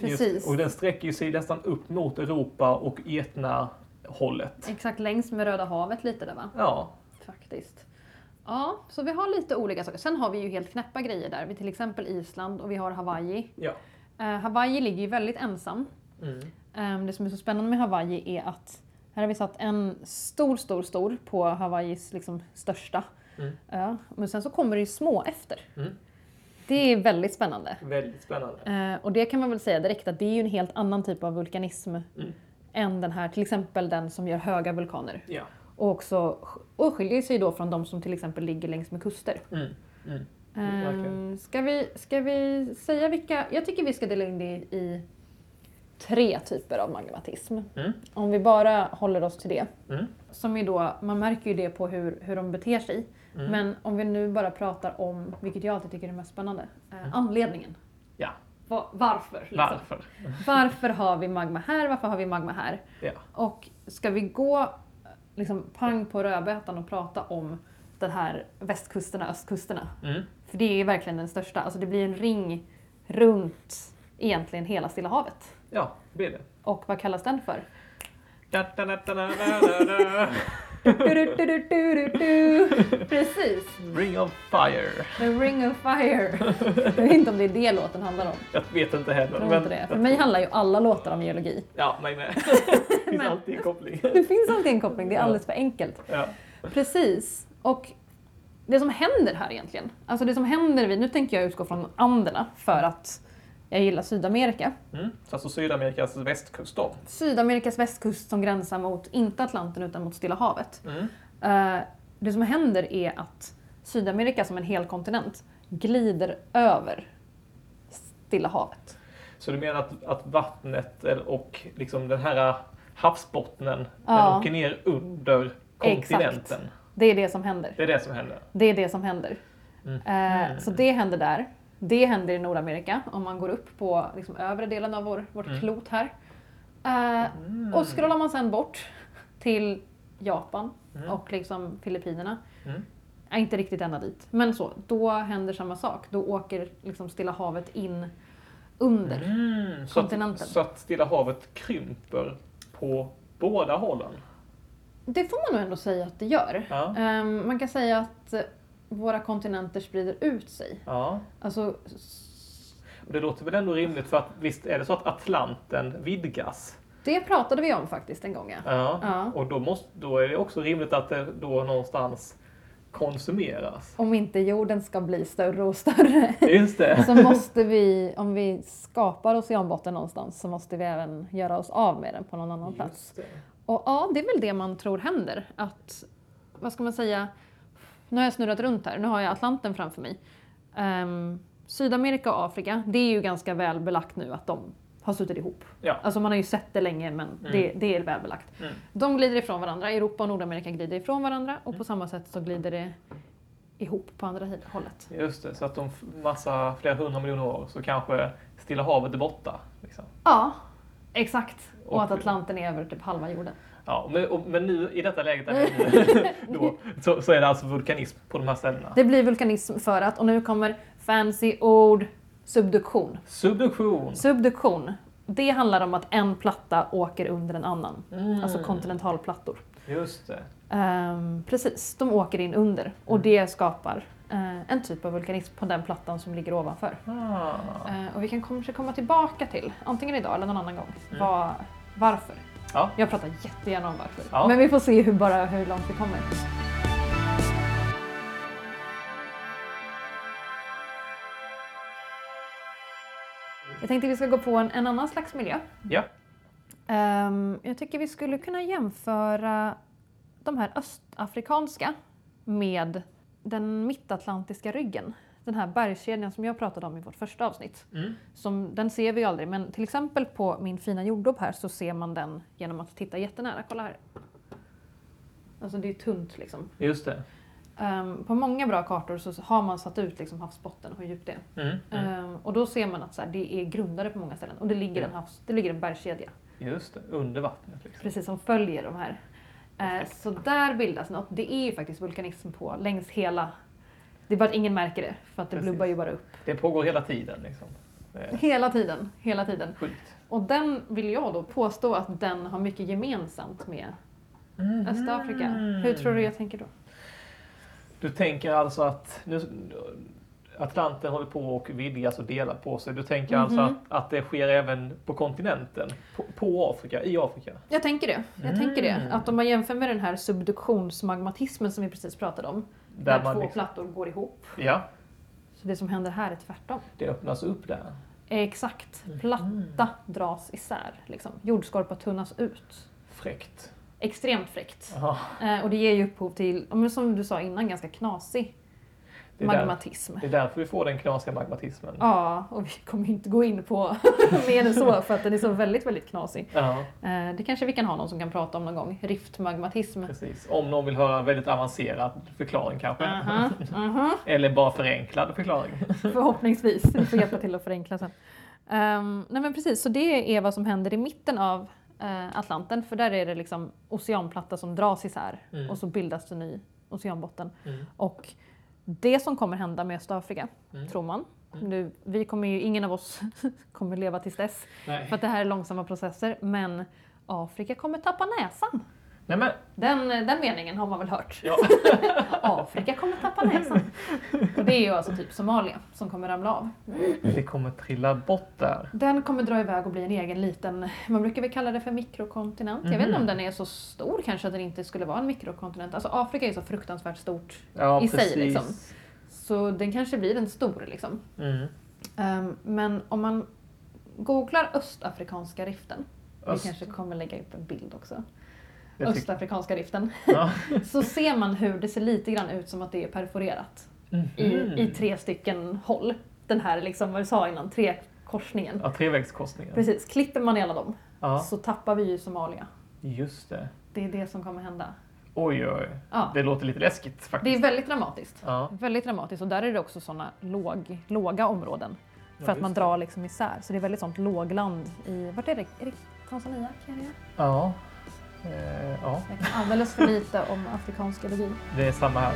Speaker 1: Just-
Speaker 2: Precis.
Speaker 1: Och den sträcker ju sig nästan upp mot Europa och Etna-hållet.
Speaker 2: Exakt längs med Röda havet lite där va?
Speaker 1: Ja,
Speaker 2: Faktiskt. Ja, så vi har lite olika saker. Sen har vi ju helt knäppa grejer där. Vi till exempel Island och vi har Hawaii.
Speaker 1: ja.
Speaker 2: Eh, Hawaii ligger ju väldigt ensam.
Speaker 1: Mm.
Speaker 2: Ehm, Det som är så spännande med Hawaii är att här har vi satt en stor, stor, stor på Hawaiis liksom största
Speaker 1: Mm.
Speaker 2: ö. Men sen så kommer det ju små efter.
Speaker 1: Mm.
Speaker 2: Det är väldigt spännande. Ehm,
Speaker 1: Väldigt spännande.
Speaker 2: Eh, Och det kan man väl säga direkt att det är ju en helt annan typ av vulkanism
Speaker 1: Mm.
Speaker 2: än den här, till exempel den som gör höga vulkaner.
Speaker 1: Ja.
Speaker 2: Och också och skiljer sig då från de som till exempel ligger längs med kuster.
Speaker 1: Mm. Mm.
Speaker 2: Ehm,
Speaker 1: verkligen.
Speaker 2: ska, vi, ska vi säga vilka? Jag tycker vi ska dela in det i tre typer av magmatism.
Speaker 1: Mm.
Speaker 2: Om vi bara håller oss till det.
Speaker 1: Mm.
Speaker 2: Som är då, man märker ju det på hur, hur de beter sig.
Speaker 1: Mm.
Speaker 2: Men om vi nu bara pratar om, vilket jag alltid tycker är mest spännande, eh, anledningen.
Speaker 1: Mm. Ja.
Speaker 2: Va- varför? liksom.
Speaker 1: Varför?
Speaker 2: Varför har vi magma här? Varför har vi magma här?
Speaker 1: Ja.
Speaker 2: Och ska vi gå liksom, pang på rödbetan och prata om den här västkusterna, östkusterna?
Speaker 1: Mm.
Speaker 2: För det är verkligen den största. Alltså det blir en ring runt egentligen hela Stilla havet.
Speaker 1: Ja, det blir det.
Speaker 2: Och vad kallas den
Speaker 1: [laughs]
Speaker 2: för?
Speaker 1: Da, da, da, da, da, da, da.
Speaker 2: Du-du-du-du-du-du. Precis!
Speaker 1: [laughs] Ring of fire.
Speaker 2: The ring of fire. Jag vet inte om det är det låten handlar om.
Speaker 1: Jag vet inte
Speaker 2: Jag
Speaker 1: heller.
Speaker 2: tror inte det. För mig handlar ju alla låtar om geologi.
Speaker 1: Ja, mig
Speaker 2: [laughs]
Speaker 1: med. [laughs] Det finns alltid en koppling.
Speaker 2: Det finns alltid en koppling, det är alldeles för enkelt.
Speaker 1: Ja.
Speaker 2: Precis. Och det som händer här egentligen, alltså det som händer vid, nu tänker jag utgå från Anderna för att jag gillar Sydamerika.
Speaker 1: Mm. Så Alltså Sydamerikas västkust då.
Speaker 2: Sydamerikas västkust som gränsar mot, inte Atlanten utan mot Stilla havet.
Speaker 1: Mm.
Speaker 2: Eh, det som händer är att Sydamerika som en hel kontinent glider över Stilla havet.
Speaker 1: Så du menar att, att vattnet eller- och liksom den här havsbottnen, den
Speaker 2: Ja.
Speaker 1: åker ner under kontinenten?
Speaker 2: Det är det som händer.
Speaker 1: Det är det som händer?
Speaker 2: Det är det som händer.
Speaker 1: Mm.
Speaker 2: Eh, Så det händer där. Det händer i Nordamerika om man går upp på liksom, övre delen av vår, vårt
Speaker 1: Mm.
Speaker 2: klot här. Eh,
Speaker 1: Mm.
Speaker 2: Och scrollar man sen bort till Japan
Speaker 1: Mm.
Speaker 2: och liksom Filippinerna.
Speaker 1: Mm.
Speaker 2: Nej, inte riktigt ända dit, men så. Då händer samma sak. Då åker liksom Stilla havet in under.
Speaker 1: Mm. Så, att,
Speaker 2: kontinenten.
Speaker 1: så att Stilla havet krymper på båda hållen?
Speaker 2: Det får man nog ändå säga att det gör.
Speaker 1: Ja.
Speaker 2: Ehm, man kan säga att eh, våra kontinenter sprider ut sig.
Speaker 1: ja.
Speaker 2: Alltså,
Speaker 1: Och det låter väl ändå rimligt för att visst är det så att Atlanten vidgas?
Speaker 2: det pratade vi om faktiskt en gång. Ja.
Speaker 1: Ja.
Speaker 2: Ja.
Speaker 1: Och då, måste, då är det också rimligt att det då någonstans konsumeras.
Speaker 2: Om inte jorden ska bli större och större
Speaker 1: Just det.
Speaker 2: så måste vi, om vi skapar oceanbotten någonstans, så måste vi även göra oss av med den på någon annan plats.
Speaker 1: Just det.
Speaker 2: Och ja, det är väl det man tror händer. Att, vad ska man säga? Nu har jag snurrat runt här. Nu har jag Atlanten framför mig. Ehm, Sydamerika och Afrika, det är ju ganska väl belagt nu att de har suttit ihop.
Speaker 1: Ja.
Speaker 2: Alltså man har ju sett det länge men det, det är väl belagt.
Speaker 1: Mm.
Speaker 2: De glider ifrån varandra. Europa och Nordamerika glider ifrån varandra och på samma sätt så glider det ihop på andra hi- hållet.
Speaker 1: Just det, så att om f- massa, flera hundra miljoner år så kanske Stilla havet är borta. Liksom.
Speaker 2: Ja, exakt. Och,
Speaker 1: Och-
Speaker 2: att Atlanten är över typ halva jorden.
Speaker 1: Ja, men, och, men nu i detta läget där vi är
Speaker 2: [laughs]
Speaker 1: nu, då, så, så är det alltså vulkanism på de här ställena.
Speaker 2: Det blir vulkanism för att, och nu kommer fancy ord, subduktion.
Speaker 1: Subduktion!
Speaker 2: Subduktion, det handlar om att en platta åker under en annan.
Speaker 1: Mm.
Speaker 2: Alltså kontinentalplattor.
Speaker 1: Just det.
Speaker 2: Ehm, precis, de åker in under och det skapar eh, en typ av vulkanism på den plattan som ligger ovanför.
Speaker 1: Ah.
Speaker 2: Eh, och vi kan kanske komma tillbaka till, antingen idag eller någon annan gång, vad, varför.
Speaker 1: Ja.
Speaker 2: Jag pratar jättegärna om varför.
Speaker 1: Ja.
Speaker 2: Men vi får se hur, bara hur långt vi kommer. Jag tänkte vi ska gå på en, en annan slags miljö.
Speaker 1: Ja.
Speaker 2: Ehm, jag tycker vi skulle kunna jämföra de här östafrikanska med den mittatlantiska ryggen. Den här bergskedjan som jag pratade om i vårt första avsnitt.
Speaker 1: Mm.
Speaker 2: Som, den ser vi ju aldrig, men till exempel på min fina jordglob här så ser man den genom att titta jättenära. Kolla här. Alltså det är tunt liksom.
Speaker 1: Just det.
Speaker 2: Ehm, på många bra kartor så har man satt ut liksom havsbotten och hur djupt det är.
Speaker 1: Mm. Mm.
Speaker 2: Ehm, och då ser man att så här, det är grundare på många ställen och det ligger en, havs, det ligger en bergskedja
Speaker 1: Just det, under vattnet. Liksom.
Speaker 2: precis som följer de här. Eh, så där bildas något. Det är ju faktiskt vulkanism på längs hela. Det är bara att ingen märker det för att det
Speaker 1: Precis.
Speaker 2: blubbar ju bara upp.
Speaker 1: Det pågår hela tiden. Liksom. Det är
Speaker 2: Hela tiden, hela tiden.
Speaker 1: sjukt.
Speaker 2: Och den vill jag då påstå att den har mycket gemensamt med
Speaker 1: Mm.
Speaker 2: Östafrika. Hur tror du jag tänker då?
Speaker 1: Du tänker alltså att nu, Atlanten håller på och vidgas och delar på sig. Du tänker alltså
Speaker 2: Mhm.
Speaker 1: att, att det sker även på kontinenten? På, på Afrika? I Afrika?
Speaker 2: Jag tänker det. Jag tänker det.
Speaker 1: Mm.
Speaker 2: Att om man jämför med den här subduktionsmagmatismen som vi precis pratade om. Där, två
Speaker 1: liksom-
Speaker 2: plattor går ihop.
Speaker 1: Ja,
Speaker 2: Så det som händer här är tvärtom.
Speaker 1: det öppnas upp där.
Speaker 2: Exakt.
Speaker 1: Mm.
Speaker 2: Platta dras isär. Liksom. Jordskorpa tunnas ut.
Speaker 1: Fräckt.
Speaker 2: Extremt fräckt.
Speaker 1: Aha.
Speaker 2: Eh, och det ger ju upphov till, ja, men som du sa innan, ganska knasig
Speaker 1: Det är där-
Speaker 2: magmatism.
Speaker 1: Det är därför vi får den knasiga magmatismen.
Speaker 2: Ja, och vi kommer ju inte gå in på [laughs] mer än så för att den är så väldigt, väldigt knasig.
Speaker 1: Ja,
Speaker 2: Eh, det kanske vi kan ha någon som kan prata om någon gång. Riftmagmatism.
Speaker 1: precis. Om någon vill höra en väldigt avancerad förklaring kanske.
Speaker 2: Aha, aha.
Speaker 1: Eller bara förenklad förklaring.
Speaker 2: [laughs] Förhoppningsvis. Vi får hjälpa till att förenkla sen. Ehm, nej men precis, så det är vad som händer i mitten av eh, Atlanten. För där är det liksom oceanplatta som dras isär
Speaker 1: Mm.
Speaker 2: och så bildas det ny oceanbotten.
Speaker 1: Mm.
Speaker 2: Och det som kommer hända med Östafrika,
Speaker 1: Mm.
Speaker 2: tror man. Nu, vi kommer ju, ingen av oss [laughs] kommer leva tills dess.
Speaker 1: Nej.
Speaker 2: För att det här är långsamma processer. Men Afrika kommer tappa näsan.
Speaker 1: Nej men,
Speaker 2: Den, den meningen har man väl hört?
Speaker 1: ja.
Speaker 2: Afrika kommer tappa näsan. Och det är ju alltså typ Somalia som kommer ramla av.
Speaker 1: [laughs] det kommer trilla bort där.
Speaker 2: Den kommer dra iväg och bli en egen liten, man brukar väl kalla det för mikrokontinent. Jag vet
Speaker 1: Mhm.
Speaker 2: inte om den är så stor kanske att den inte skulle vara en mikrokontinent. Alltså Afrika är ju så fruktansvärt stort.
Speaker 1: Ja,
Speaker 2: I sig, liksom. Så den kanske blir en stor liksom.
Speaker 1: Mm.
Speaker 2: Ehm, men om man googlar Östafrikanska riften.
Speaker 1: Öst-
Speaker 2: Vi kanske kommer lägga upp en bild också.
Speaker 1: Jag tycker-
Speaker 2: Östafrikanska riften.
Speaker 1: Ja.
Speaker 2: så ser man hur det ser lite grann ut som att det är perforerat [laughs] i,
Speaker 1: Mhm.
Speaker 2: i tre stycken håll. Den här, liksom, vad du sa innan, trekorsningen.
Speaker 1: Ja, trevägskorsningen.
Speaker 2: Precis, klipper man i alla dem
Speaker 1: Ja,
Speaker 2: så tappar vi ju Somalia.
Speaker 1: just det.
Speaker 2: Det är det som kommer hända.
Speaker 1: Oj, oj.
Speaker 2: Ja.
Speaker 1: Det låter lite läskigt
Speaker 2: Det
Speaker 1: faktiskt.
Speaker 2: är väldigt dramatiskt.
Speaker 1: Ja.
Speaker 2: Väldigt dramatiskt och där är det också sådana låg, låga områden. För
Speaker 1: Ja,
Speaker 2: att man
Speaker 1: just det.
Speaker 2: drar liksom isär. Så det är väldigt sånt lågland i, vart är det? Är det Tanzania? Kenya?
Speaker 1: Ja. Eh, ja,
Speaker 2: Jag kan alldeles för lite om afrikansk geologi.
Speaker 1: det är samma här.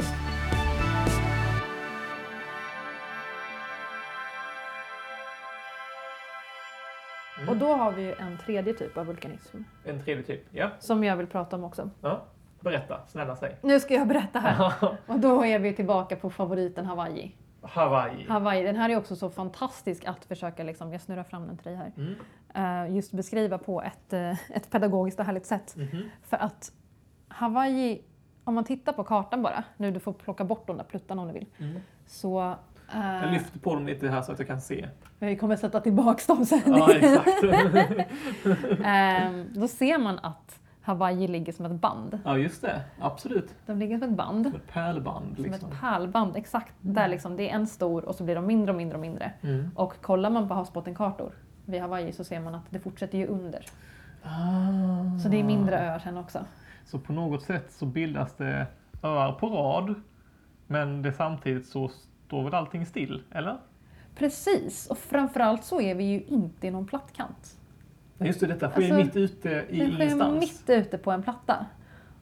Speaker 2: Och då har vi ju en tredje typ av vulkanism
Speaker 1: Mm. En trevlig typ. Ja,
Speaker 2: som jag vill prata om också.
Speaker 1: ja. Berätta, snälla säg.
Speaker 2: Nu ska jag berätta här. Och då är vi tillbaka på favoriten Hawaii.
Speaker 1: [laughs] Hawaii.
Speaker 2: Hawaii, den här är också så fantastisk att försöka, liksom, jag snurrar fram den till dig här,
Speaker 1: Mm.
Speaker 2: Eh, just beskriva på ett, eh, ett pedagogiskt och härligt sätt.
Speaker 1: Mhm.
Speaker 2: För att Hawaii, om man tittar på kartan bara, nu du får plocka bort de där pluttarna om du vill,
Speaker 1: Mm.
Speaker 2: så eh,
Speaker 1: Jag lyfter på dem lite här så att jag kan
Speaker 2: [laughs]
Speaker 1: se.
Speaker 2: vi kommer sätta tillbaks dem sen.
Speaker 1: Ja, exakt.
Speaker 2: [laughs] Ehm, då ser man att Hawaii ligger som ett band.
Speaker 1: ja, just det. Absolut.
Speaker 2: De ligger som ett band,
Speaker 1: Som ett pärlband
Speaker 2: som
Speaker 1: liksom.
Speaker 2: ett pärlband. Exakt där liksom, det är en stor och så blir de mindre och mindre och mindre.
Speaker 1: Mm.
Speaker 2: Och kollar man på havsbottenkartor vid Hawaii så ser man att det fortsätter ju under.
Speaker 1: Ah.
Speaker 2: Så det är mindre öar sen också.
Speaker 1: Så på något sätt så bildas det öar på rad. Men det samtidigt så står väl allting still, eller?
Speaker 2: Precis, och framförallt så är vi ju inte i någon plattkant.
Speaker 1: Nej, just det. Detta sker
Speaker 2: Alltså,
Speaker 1: mitt ute i
Speaker 2: Den sker
Speaker 1: ingenstans.
Speaker 2: mitt ute på en platta.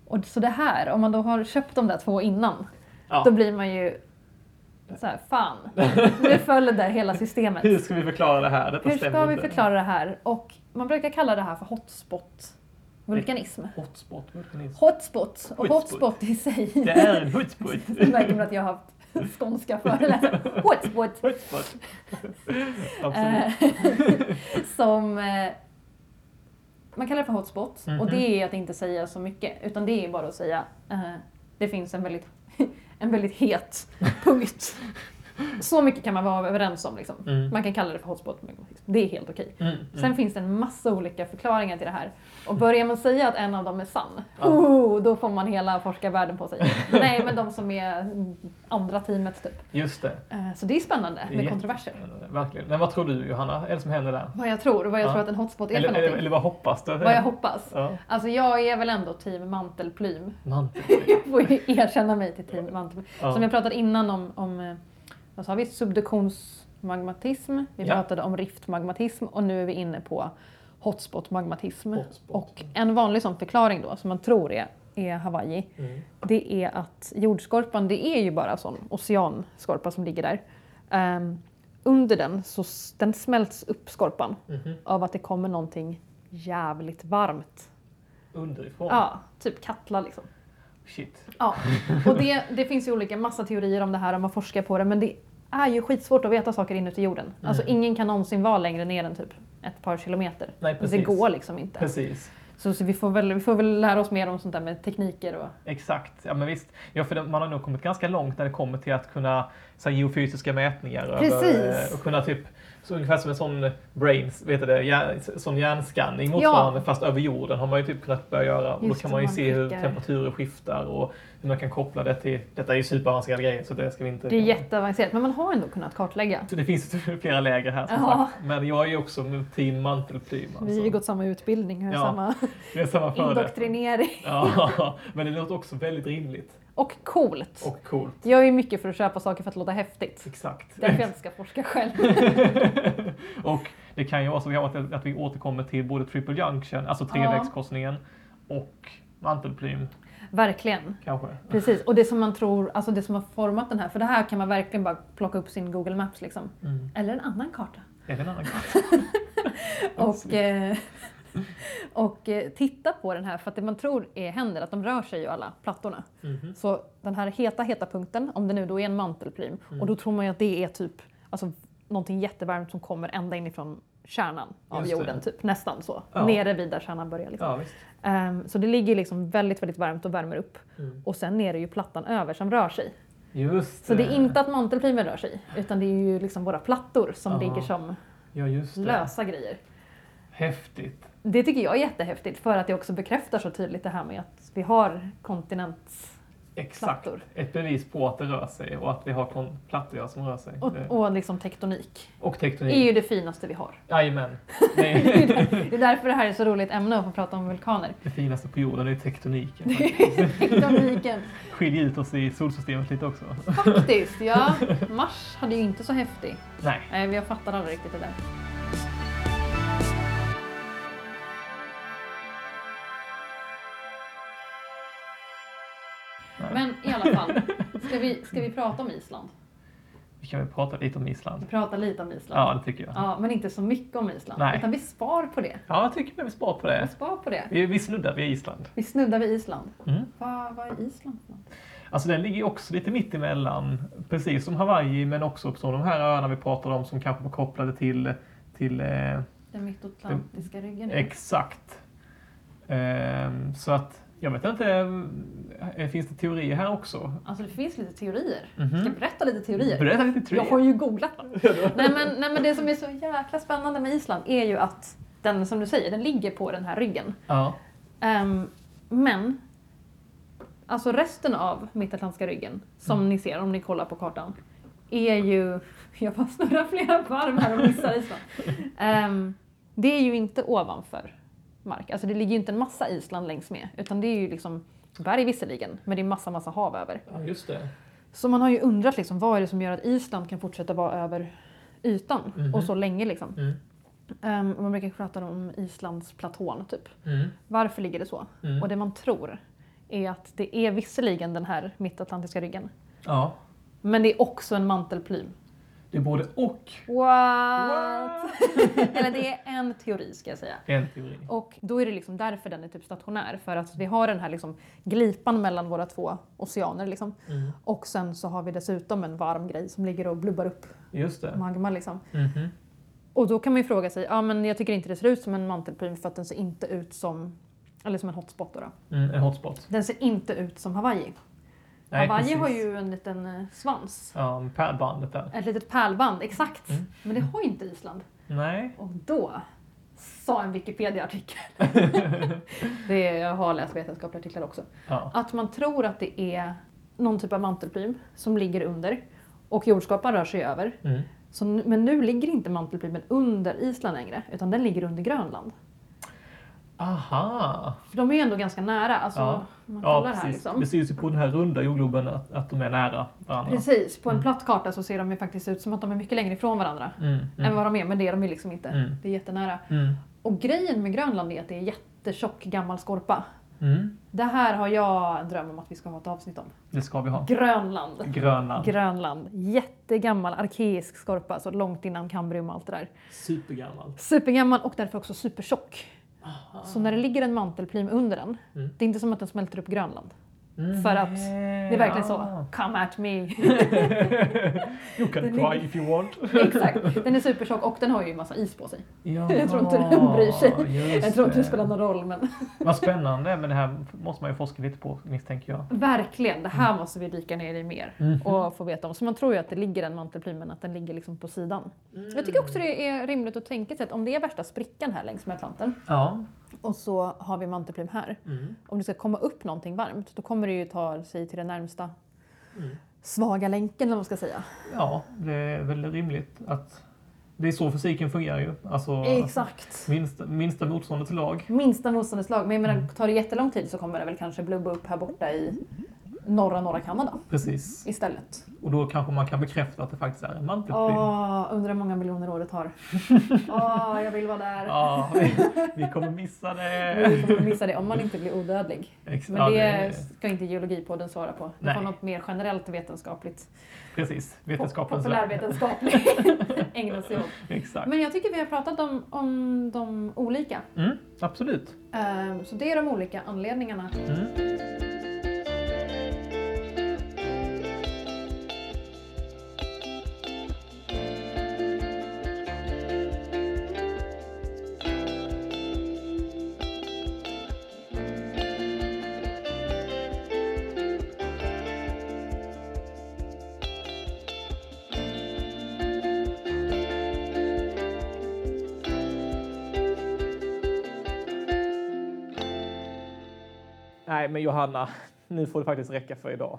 Speaker 2: Och så det här, om man då har köpt de där två innan,
Speaker 1: Ja.
Speaker 2: då blir man ju så här, fan,
Speaker 1: [laughs]
Speaker 2: nu föll det där hela systemet.
Speaker 1: Hur ska vi förklara det här? Detta
Speaker 2: Hur ska
Speaker 1: stämmer
Speaker 2: vi
Speaker 1: inte.
Speaker 2: förklara det här? Och man brukar kalla det här för hotspot-vulkanism.
Speaker 1: Hotspot
Speaker 2: [laughs]
Speaker 1: vulkanism.
Speaker 2: Hotspot, och
Speaker 1: Hotspot.
Speaker 2: hotspot i sig.
Speaker 1: Det är
Speaker 2: [laughs]
Speaker 1: en hotspot.
Speaker 2: Det märker man att jag har haft
Speaker 1: [laughs]
Speaker 2: skånska föreläsningar. Hotspot!
Speaker 1: hotspot. Absolut.
Speaker 2: eh, [laughs] som eh, man kallar det för hotspot.
Speaker 1: Mhm.
Speaker 2: Och det är att inte säga så mycket. Utan det är bara att säga eh, det finns en väldigt, [laughs] en
Speaker 1: [laughs]
Speaker 2: väldigt het punkt. Så mycket kan man vara överens om. Liksom.
Speaker 1: Mm.
Speaker 2: Man kan kalla det för hotspot. men Det är helt okej.
Speaker 1: Mm, mm.
Speaker 2: Sen finns det en massa olika förklaringar till det här. Och börjar man säga att en av dem är sann,
Speaker 1: Ja.
Speaker 2: oh, då får man hela forskarvärlden
Speaker 1: [laughs]
Speaker 2: på sig. Nej, men de som är andra teamet typ.
Speaker 1: Just det.
Speaker 2: Eh, Så det är spännande med
Speaker 1: Jätte-
Speaker 2: kontroverser.
Speaker 1: Verkligen. Men vad tror du Johanna är det som händer där?
Speaker 2: Vad jag tror och vad jag
Speaker 1: Ja.
Speaker 2: tror att en hotspot är
Speaker 1: Eller,
Speaker 2: för
Speaker 1: eller,
Speaker 2: någonting.
Speaker 1: eller vad hoppas du?
Speaker 2: vad jag hoppas.
Speaker 1: Ja.
Speaker 2: Alltså jag är väl ändå team mantelplym. [laughs]
Speaker 1: Mantel.
Speaker 2: Jag får ju erkänna mig till team mantelplym.
Speaker 1: Ja.
Speaker 2: Som jag pratade innan om, om eh, vad sa vi, subduktionsmagmatism. Vi
Speaker 1: Ja.
Speaker 2: pratade om riftmagmatism och nu är vi inne på hotspotmagmatism.
Speaker 1: Hotspot.
Speaker 2: Och en vanlig sån förklaring då, som man tror är, är Hawaii,
Speaker 1: Mm.
Speaker 2: det är att jordskorpan, det är ju bara sån oceanskorpa som ligger där. Ehm, under den, så s- den smälts upp skorpan
Speaker 1: Mhm.
Speaker 2: av att det kommer någonting jävligt varmt.
Speaker 1: Underifrån.
Speaker 2: Ja, typ kattla liksom.
Speaker 1: Shit.
Speaker 2: Ja, och det, det finns ju olika massa teorier om det här och man forskar på det men det är ju skitsvårt att veta saker inuti jorden.
Speaker 1: Mm.
Speaker 2: Alltså ingen kan någonsin vara längre ner än typ ett par kilometer.
Speaker 1: Nej,
Speaker 2: det
Speaker 1: precis.
Speaker 2: går liksom inte.
Speaker 1: Precis.
Speaker 2: Så, så vi, får väl, vi får väl lära oss mer om sånt där med tekniker och
Speaker 1: Exakt, ja men visst. Ja, för det- man har nog kommit ganska långt när det kommer till att kunna så här, geofysiska mätningar. Över,
Speaker 2: Precis.
Speaker 1: eh, och kunna typ, så ungefär som en sån brains, vet du det, hjär, sån hjärnskanning motsvarande fast över jorden har man ju typ kunnat börja göra. Och då
Speaker 2: Just
Speaker 1: kan
Speaker 2: det,
Speaker 1: man ju
Speaker 2: man
Speaker 1: se hur
Speaker 2: skickar-
Speaker 1: temperaturer skiftar och hur man kan koppla det till, detta är ju superavancerade grejer så det ska vi Alltså. inte...
Speaker 2: det är jätteavancerat men man har ändå kunnat kartlägga.
Speaker 1: Så det finns [laughs] ju flera läger här som
Speaker 2: Ja.
Speaker 1: sagt. Men jag är ju också med team mantelplym.
Speaker 2: Vi har ju gått samma utbildning och
Speaker 1: Ja,
Speaker 2: samma
Speaker 1: det är samma fördel.
Speaker 2: indoktrinering.
Speaker 1: Ja, [laughs] men det låter också väldigt rimligt
Speaker 2: Och coolt!
Speaker 1: och coolt.
Speaker 2: Jag är ju mycket för att köpa saker för att låta häftigt.
Speaker 1: Exakt.
Speaker 2: Därför jag inte ska forska själv.
Speaker 1: [laughs] och det kan ju vara så vi har att, att vi återkommer till både triple junction, alltså trevägskorsningen, och mantelplym
Speaker 2: Verkligen.
Speaker 1: kanske.
Speaker 2: Precis, och det som man tror, alltså det som har format den här, för det här kan man verkligen bara plocka upp sin Google Maps liksom.
Speaker 1: Mm.
Speaker 2: Eller en annan karta.
Speaker 1: Är det en annan grej?
Speaker 2: [laughs] Och, eh, [laughs] och eh, titta på den här, för att det man tror är händer, att de rör sig ju alla plattorna.
Speaker 1: Mhm.
Speaker 2: Så den här heta, heta punkten, om det nu då är en mantelplym,
Speaker 1: Mm.
Speaker 2: och då tror man ju att det är typ alltså, någonting jättevarmt som kommer ända inifrån kärnan av
Speaker 1: Just det.
Speaker 2: jorden, typ. nästan så.
Speaker 1: Ja.
Speaker 2: Nere vid där kärnan börjar. Liksom.
Speaker 1: Ja, visst.
Speaker 2: Ehm, så det ligger liksom väldigt, väldigt varmt och värmer upp.
Speaker 1: Mm.
Speaker 2: Och sen är det ju plattan över som rör sig.
Speaker 1: Just
Speaker 2: Så det är inte att mantelprimen rör sig, utan det är ju liksom våra plattor som
Speaker 1: Ja,
Speaker 2: ligger som
Speaker 1: Ja, just det.
Speaker 2: lösa grejer.
Speaker 1: Häftigt.
Speaker 2: Det tycker jag är jättehäftigt för att det också bekräftar så tydligt det här med att vi har kontinentsplattor.
Speaker 1: Exakt. Ett bevis på att det rör sig och att vi har kon- plattor som rör sig.
Speaker 2: Och,
Speaker 1: Det-
Speaker 2: och liksom tektonik.
Speaker 1: och
Speaker 2: Det
Speaker 1: tektonik.
Speaker 2: är ju det finaste vi har.
Speaker 1: Jajamän.
Speaker 2: Det är [laughs]
Speaker 1: Det,
Speaker 2: där- det är därför det här är så roligt ämne att få prata om vulkaner.
Speaker 1: det finaste på jorden är tektoniken.
Speaker 2: Tektoniken.
Speaker 1: Skiljer ut oss i solsystemet lite också.
Speaker 2: Faktiskt, ja. Mars hade ju inte så häftig.
Speaker 1: Nej.
Speaker 2: Nej, men jag fattar aldrig riktigt det där.
Speaker 1: Nej.
Speaker 2: Men i alla fall, ska vi, ska vi prata om Island?
Speaker 1: Vi kan väl prata lite om
Speaker 2: Vi
Speaker 1: Island.
Speaker 2: pratar lite om Island.
Speaker 1: Ja, det tycker jag.
Speaker 2: Ja, men inte så mycket om Island.
Speaker 1: Nej.
Speaker 2: Utan vi spar på det.
Speaker 1: Ja, jag tycker vi spar på
Speaker 2: Vi
Speaker 1: det.
Speaker 2: spar på det.
Speaker 1: Vi, vi snuddar vid Island.
Speaker 2: Vi snuddar vid Island.
Speaker 1: Mm.
Speaker 2: Vad, vad är Island för något?
Speaker 1: Alltså den ligger ju också lite mitt emellan, precis som Hawaii, men också som de här öarna vi pratade om som kanske var kopplade till, till eh,
Speaker 2: Den mittatlantiska
Speaker 1: Mm.
Speaker 2: ryggen?
Speaker 1: exakt. Ehm, så att jag vet inte, eh, finns det teorier här också?
Speaker 2: Alltså det finns lite teorier.
Speaker 1: Mhm.
Speaker 2: Ska jag berätta lite teorier?
Speaker 1: Berätta lite
Speaker 2: Jag har
Speaker 1: teorier. [laughs]
Speaker 2: ju googlat. nej, men, nej men det som är så jäkla spännande med Island är ju att den, som du säger, den ligger på den här ryggen.
Speaker 1: Ja,
Speaker 2: Ehm, men alltså resten av Mittatlantiska ryggen, som
Speaker 1: Mm.
Speaker 2: ni ser om ni kollar på kartan, är ju... [laughs] Jag bara snurrar flera varv här och missar Island. Ehm, det är ju inte ovanför mark. Alltså det ligger ju inte en massa Island längs med, utan det är ju liksom berg visserligen, men det är massa, massa hav över.
Speaker 1: ja just det.
Speaker 2: Så man har ju undrat liksom, vad är det som gör att Island kan fortsätta vara över ytan
Speaker 1: Mhm.
Speaker 2: och så länge liksom.
Speaker 1: Mm.
Speaker 2: Ehm, och man brukar prata om Islandsplatån typ.
Speaker 1: Mm.
Speaker 2: Varför ligger det så?
Speaker 1: Mm.
Speaker 2: Och det man tror är att det är visserligen den här mittatlantiska ryggen,
Speaker 1: Ja,
Speaker 2: men det är också en mantelplym.
Speaker 1: det är både och.
Speaker 2: What? Eller det är en teori ska jag säga.
Speaker 1: En teori.
Speaker 2: Och då är det liksom därför den är typ stationär, för att vi har den här liksom glipan mellan våra två oceaner. Liksom.
Speaker 1: Mm.
Speaker 2: Och sen så har vi dessutom en varm grej som ligger och blubbar upp
Speaker 1: Just det.
Speaker 2: magma. Liksom.
Speaker 1: Mhm.
Speaker 2: Och då kan man ju fråga sig, ja men jag tycker inte det ser ut som en mantelplym för att den ser inte ut som, eller som en hotspot då. då.
Speaker 1: Mm, en hotspot.
Speaker 2: Den ser inte ut som Hawaii.
Speaker 1: Nej,
Speaker 2: Hawaii
Speaker 1: precis.
Speaker 2: har ju en liten eh, svans.
Speaker 1: Ja, med pärlbandet där.
Speaker 2: Ett litet pärlband, exakt.
Speaker 1: Mm.
Speaker 2: Men det har ju inte Island.
Speaker 1: Nej.
Speaker 2: Och då sa
Speaker 1: [laughs]
Speaker 2: en Wikipedia-artikel, det är, jag har läst vetenskapliga artiklar också,
Speaker 1: Ja.
Speaker 2: att man tror att det är någon typ av mantelplym som ligger under och jordskorpan rör sig över.
Speaker 1: Mm.
Speaker 2: Så, nu- men nu ligger inte mantelplymen under Island längre, utan den ligger under Grönland.
Speaker 1: Aha!
Speaker 2: För de är ju ändå ganska nära, alltså
Speaker 1: Ja.
Speaker 2: om man
Speaker 1: Ja,
Speaker 2: kollar
Speaker 1: precis.
Speaker 2: här liksom.
Speaker 1: Det syns ju på den här runda jordgloben att, att de är nära varandra.
Speaker 2: Precis, på en platt karta så ser de ju faktiskt ut som att de är mycket längre ifrån varandra
Speaker 1: Mm,
Speaker 2: än
Speaker 1: mm,
Speaker 2: vad de är, men det är de ju liksom inte.
Speaker 1: Mm.
Speaker 2: Det är jättenära.
Speaker 1: mm,
Speaker 2: Och grejen med Grönland är att det är jättetjock gammal skorpa.
Speaker 1: mm.
Speaker 2: Det här har jag en dröm om att vi ska ha ett avsnitt om.
Speaker 1: Det ska vi ha.
Speaker 2: Grönland!
Speaker 1: Grönland.
Speaker 2: Grönland. Jättegammal arkeisk skorpa, så långt innan Kambrium och allt det där.
Speaker 1: Supergammalt.
Speaker 2: Supergammal och därför också supertjock. Så när det ligger en mantelplym under den,
Speaker 1: Ah. Mm.
Speaker 2: det är inte som att den smälter upp Grönland. För att det är verkligen så. Come
Speaker 1: [laughs]
Speaker 2: at me.
Speaker 1: You can
Speaker 2: Den
Speaker 1: cry
Speaker 2: är-
Speaker 1: if you want.
Speaker 2: [laughs] Exakt. Den är supertjock och den har ju massa is på sig.
Speaker 1: Ja,
Speaker 2: Jag tror inte den bryr sig.
Speaker 1: just
Speaker 2: Jag tror inte
Speaker 1: det.
Speaker 2: det spelar någon roll men
Speaker 1: Vad spännande, men det här måste man ju forska lite på misstänker jag.
Speaker 2: verkligen, det här måste vi dyka ner i mer
Speaker 1: Mm. Mhm.
Speaker 2: och få veta om. Så man tror ju att det ligger en mantelplume men att den ligger liksom på sidan.
Speaker 1: Mm.
Speaker 2: Jag tycker också det är rimligt att tänka sig att om det är värsta sprickan här längs med Atlanten
Speaker 1: Ja.
Speaker 2: och så har vi mantelplum här.
Speaker 1: Mm.
Speaker 2: Om det ska komma upp någonting varmt då kommer det ju ta sig till den närmsta
Speaker 1: Mm.
Speaker 2: svaga länken eller vad man ska säga.
Speaker 1: Ja, det är väl rimligt att det är så fysiken fungerar ju. Alltså,
Speaker 2: Exakt.
Speaker 1: minsta, minsta motståndet till lag.
Speaker 2: Minsta motståndeslag. Men jag menar, tar det jättelång tid så kommer det väl kanske blubba upp här borta i norra, norra Kanada
Speaker 1: Precis.
Speaker 2: istället.
Speaker 1: Och då kanske man kan bekräfta att det faktiskt är en
Speaker 2: Åh,
Speaker 1: mantelplym.
Speaker 2: undrar hur många miljoner år
Speaker 1: [laughs]
Speaker 2: det tar. Åh, jag vill vara där.
Speaker 1: Ja, vi, vi kommer missa
Speaker 2: [laughs] Vi
Speaker 1: det.
Speaker 2: kommer missa det om man inte blir odödlig.
Speaker 1: Ex- ja,
Speaker 2: Men det ska inte geologipodden svara på. Det får
Speaker 1: Nej.
Speaker 2: något mer generellt vetenskapligt.
Speaker 1: Precis, vetenskapens värld. [laughs]
Speaker 2: Populärvetenskapligt ägna sig åt.
Speaker 1: Exakt.
Speaker 2: Men jag tycker vi har pratat om, om de olika.
Speaker 1: Mm, absolut.
Speaker 2: Eh, Så det är de olika anledningarna.
Speaker 1: Mm. Nej, men Johanna, nu får det faktiskt räcka för idag.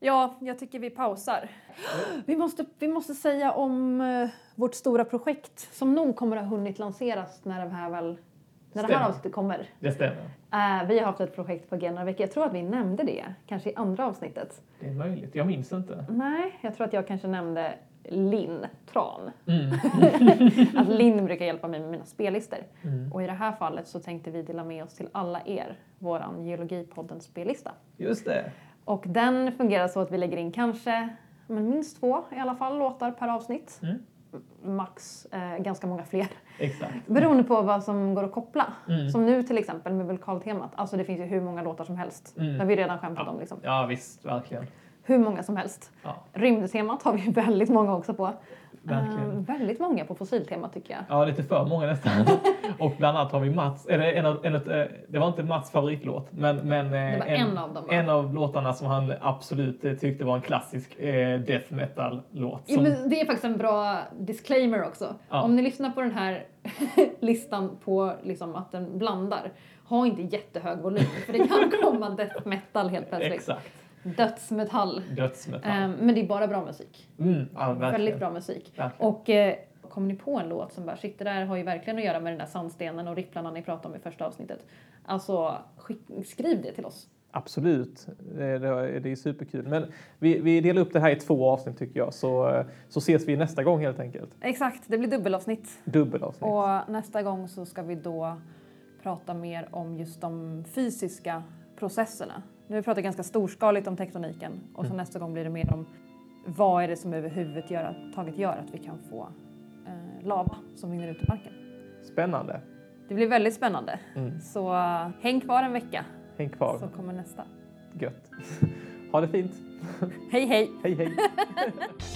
Speaker 2: Ja, jag tycker vi pausar. [gasps] Vi måste, vi måste säga om eh, vårt stora projekt som nog kommer att ha hunnit lanseras när det här, väl, när det här
Speaker 1: Stämmer.
Speaker 2: avsnittet kommer.
Speaker 1: Det stämmer.
Speaker 2: Eh, vi har haft ett projekt på G några veckor. Jag tror att vi nämnde det, kanske i andra avsnittet.
Speaker 1: Det är möjligt, jag minns inte.
Speaker 2: Nej, jag tror att jag kanske nämnde Linn Tran.
Speaker 1: Mm.
Speaker 2: [laughs] Att Linn brukar hjälpa mig med mina spellistor.
Speaker 1: Mm.
Speaker 2: Och i det här fallet så tänkte vi dela med oss till alla er, våran Geologipoddens spellista.
Speaker 1: Just det.
Speaker 2: Och den fungerar så att vi lägger in kanske men minst två i alla fall låtar per avsnitt.
Speaker 1: Mm.
Speaker 2: Max eh, ganska många fler.
Speaker 1: Exakt.
Speaker 2: Beroende på vad som går att koppla.
Speaker 1: Mm.
Speaker 2: Som nu till exempel med vulkaltemat. Alltså det finns ju hur många låtar som helst.
Speaker 1: Mm.
Speaker 2: Det har vi redan skämtat
Speaker 1: Ja.
Speaker 2: om. Liksom.
Speaker 1: Ja, visst, verkligen.
Speaker 2: Hur många som helst.
Speaker 1: Ja,
Speaker 2: Rymdtemat har vi [laughs] väldigt många också på.
Speaker 1: verkligen.
Speaker 2: Eh, väldigt många på fossiltemat tycker jag.
Speaker 1: Ja, lite för många nästan.
Speaker 2: [laughs]
Speaker 1: Och bland annat har vi Mats, eller en av, en av, eh, det var inte Mats favoritlåt, men, men eh,
Speaker 2: Det var en, av dem. va?
Speaker 1: en av låtarna som han absolut eh, tyckte var en klassisk eh, death metal-låt.
Speaker 2: Jo,
Speaker 1: Som,
Speaker 2: men det är faktiskt en bra disclaimer också.
Speaker 1: Ja.
Speaker 2: Om ni lyssnar på den här [laughs] listan på liksom att den blandar, ha inte jättehög volym för det kan [laughs] komma death metal helt plötsligt.
Speaker 1: exakt,
Speaker 2: Dödsmetall.
Speaker 1: dödsmetall.
Speaker 2: Ehm, men det är bara bra musik.
Speaker 1: Mm, ja, verkligen.
Speaker 2: Väldigt bra musik.
Speaker 1: Verkligen.
Speaker 2: Och eh, kom ni på en låt som bara shit, det där har ju verkligen att göra med den där sandstenen och ripplarna ni pratade om i första avsnittet. Alltså, skick, skriv det till oss.
Speaker 1: Absolut, det, det, det är superkul. Men vi, vi delar upp det här i två avsnitt tycker jag, så, eh, så ses vi nästa gång helt enkelt.
Speaker 2: Exakt, det blir dubbelavsnitt.
Speaker 1: Dubbelavsnitt.
Speaker 2: Och nästa gång så ska vi då prata mer om just de fysiska processerna. Nu har vi pratat ganska storskaligt om tektoniken och så
Speaker 1: Mm.
Speaker 2: nästa gång blir det mer om vad är det som överhuvudtaget gör att vi kan få eh, lava som rinner ut ur marken.
Speaker 1: Spännande.
Speaker 2: Det blir väldigt spännande.
Speaker 1: Mm.
Speaker 2: Så eh, häng kvar en vecka
Speaker 1: Häng kvar.
Speaker 2: så
Speaker 1: [laughs]
Speaker 2: kommer nästa.
Speaker 1: Gött. Ha det fint.
Speaker 2: Hej hej!
Speaker 1: Hej hej.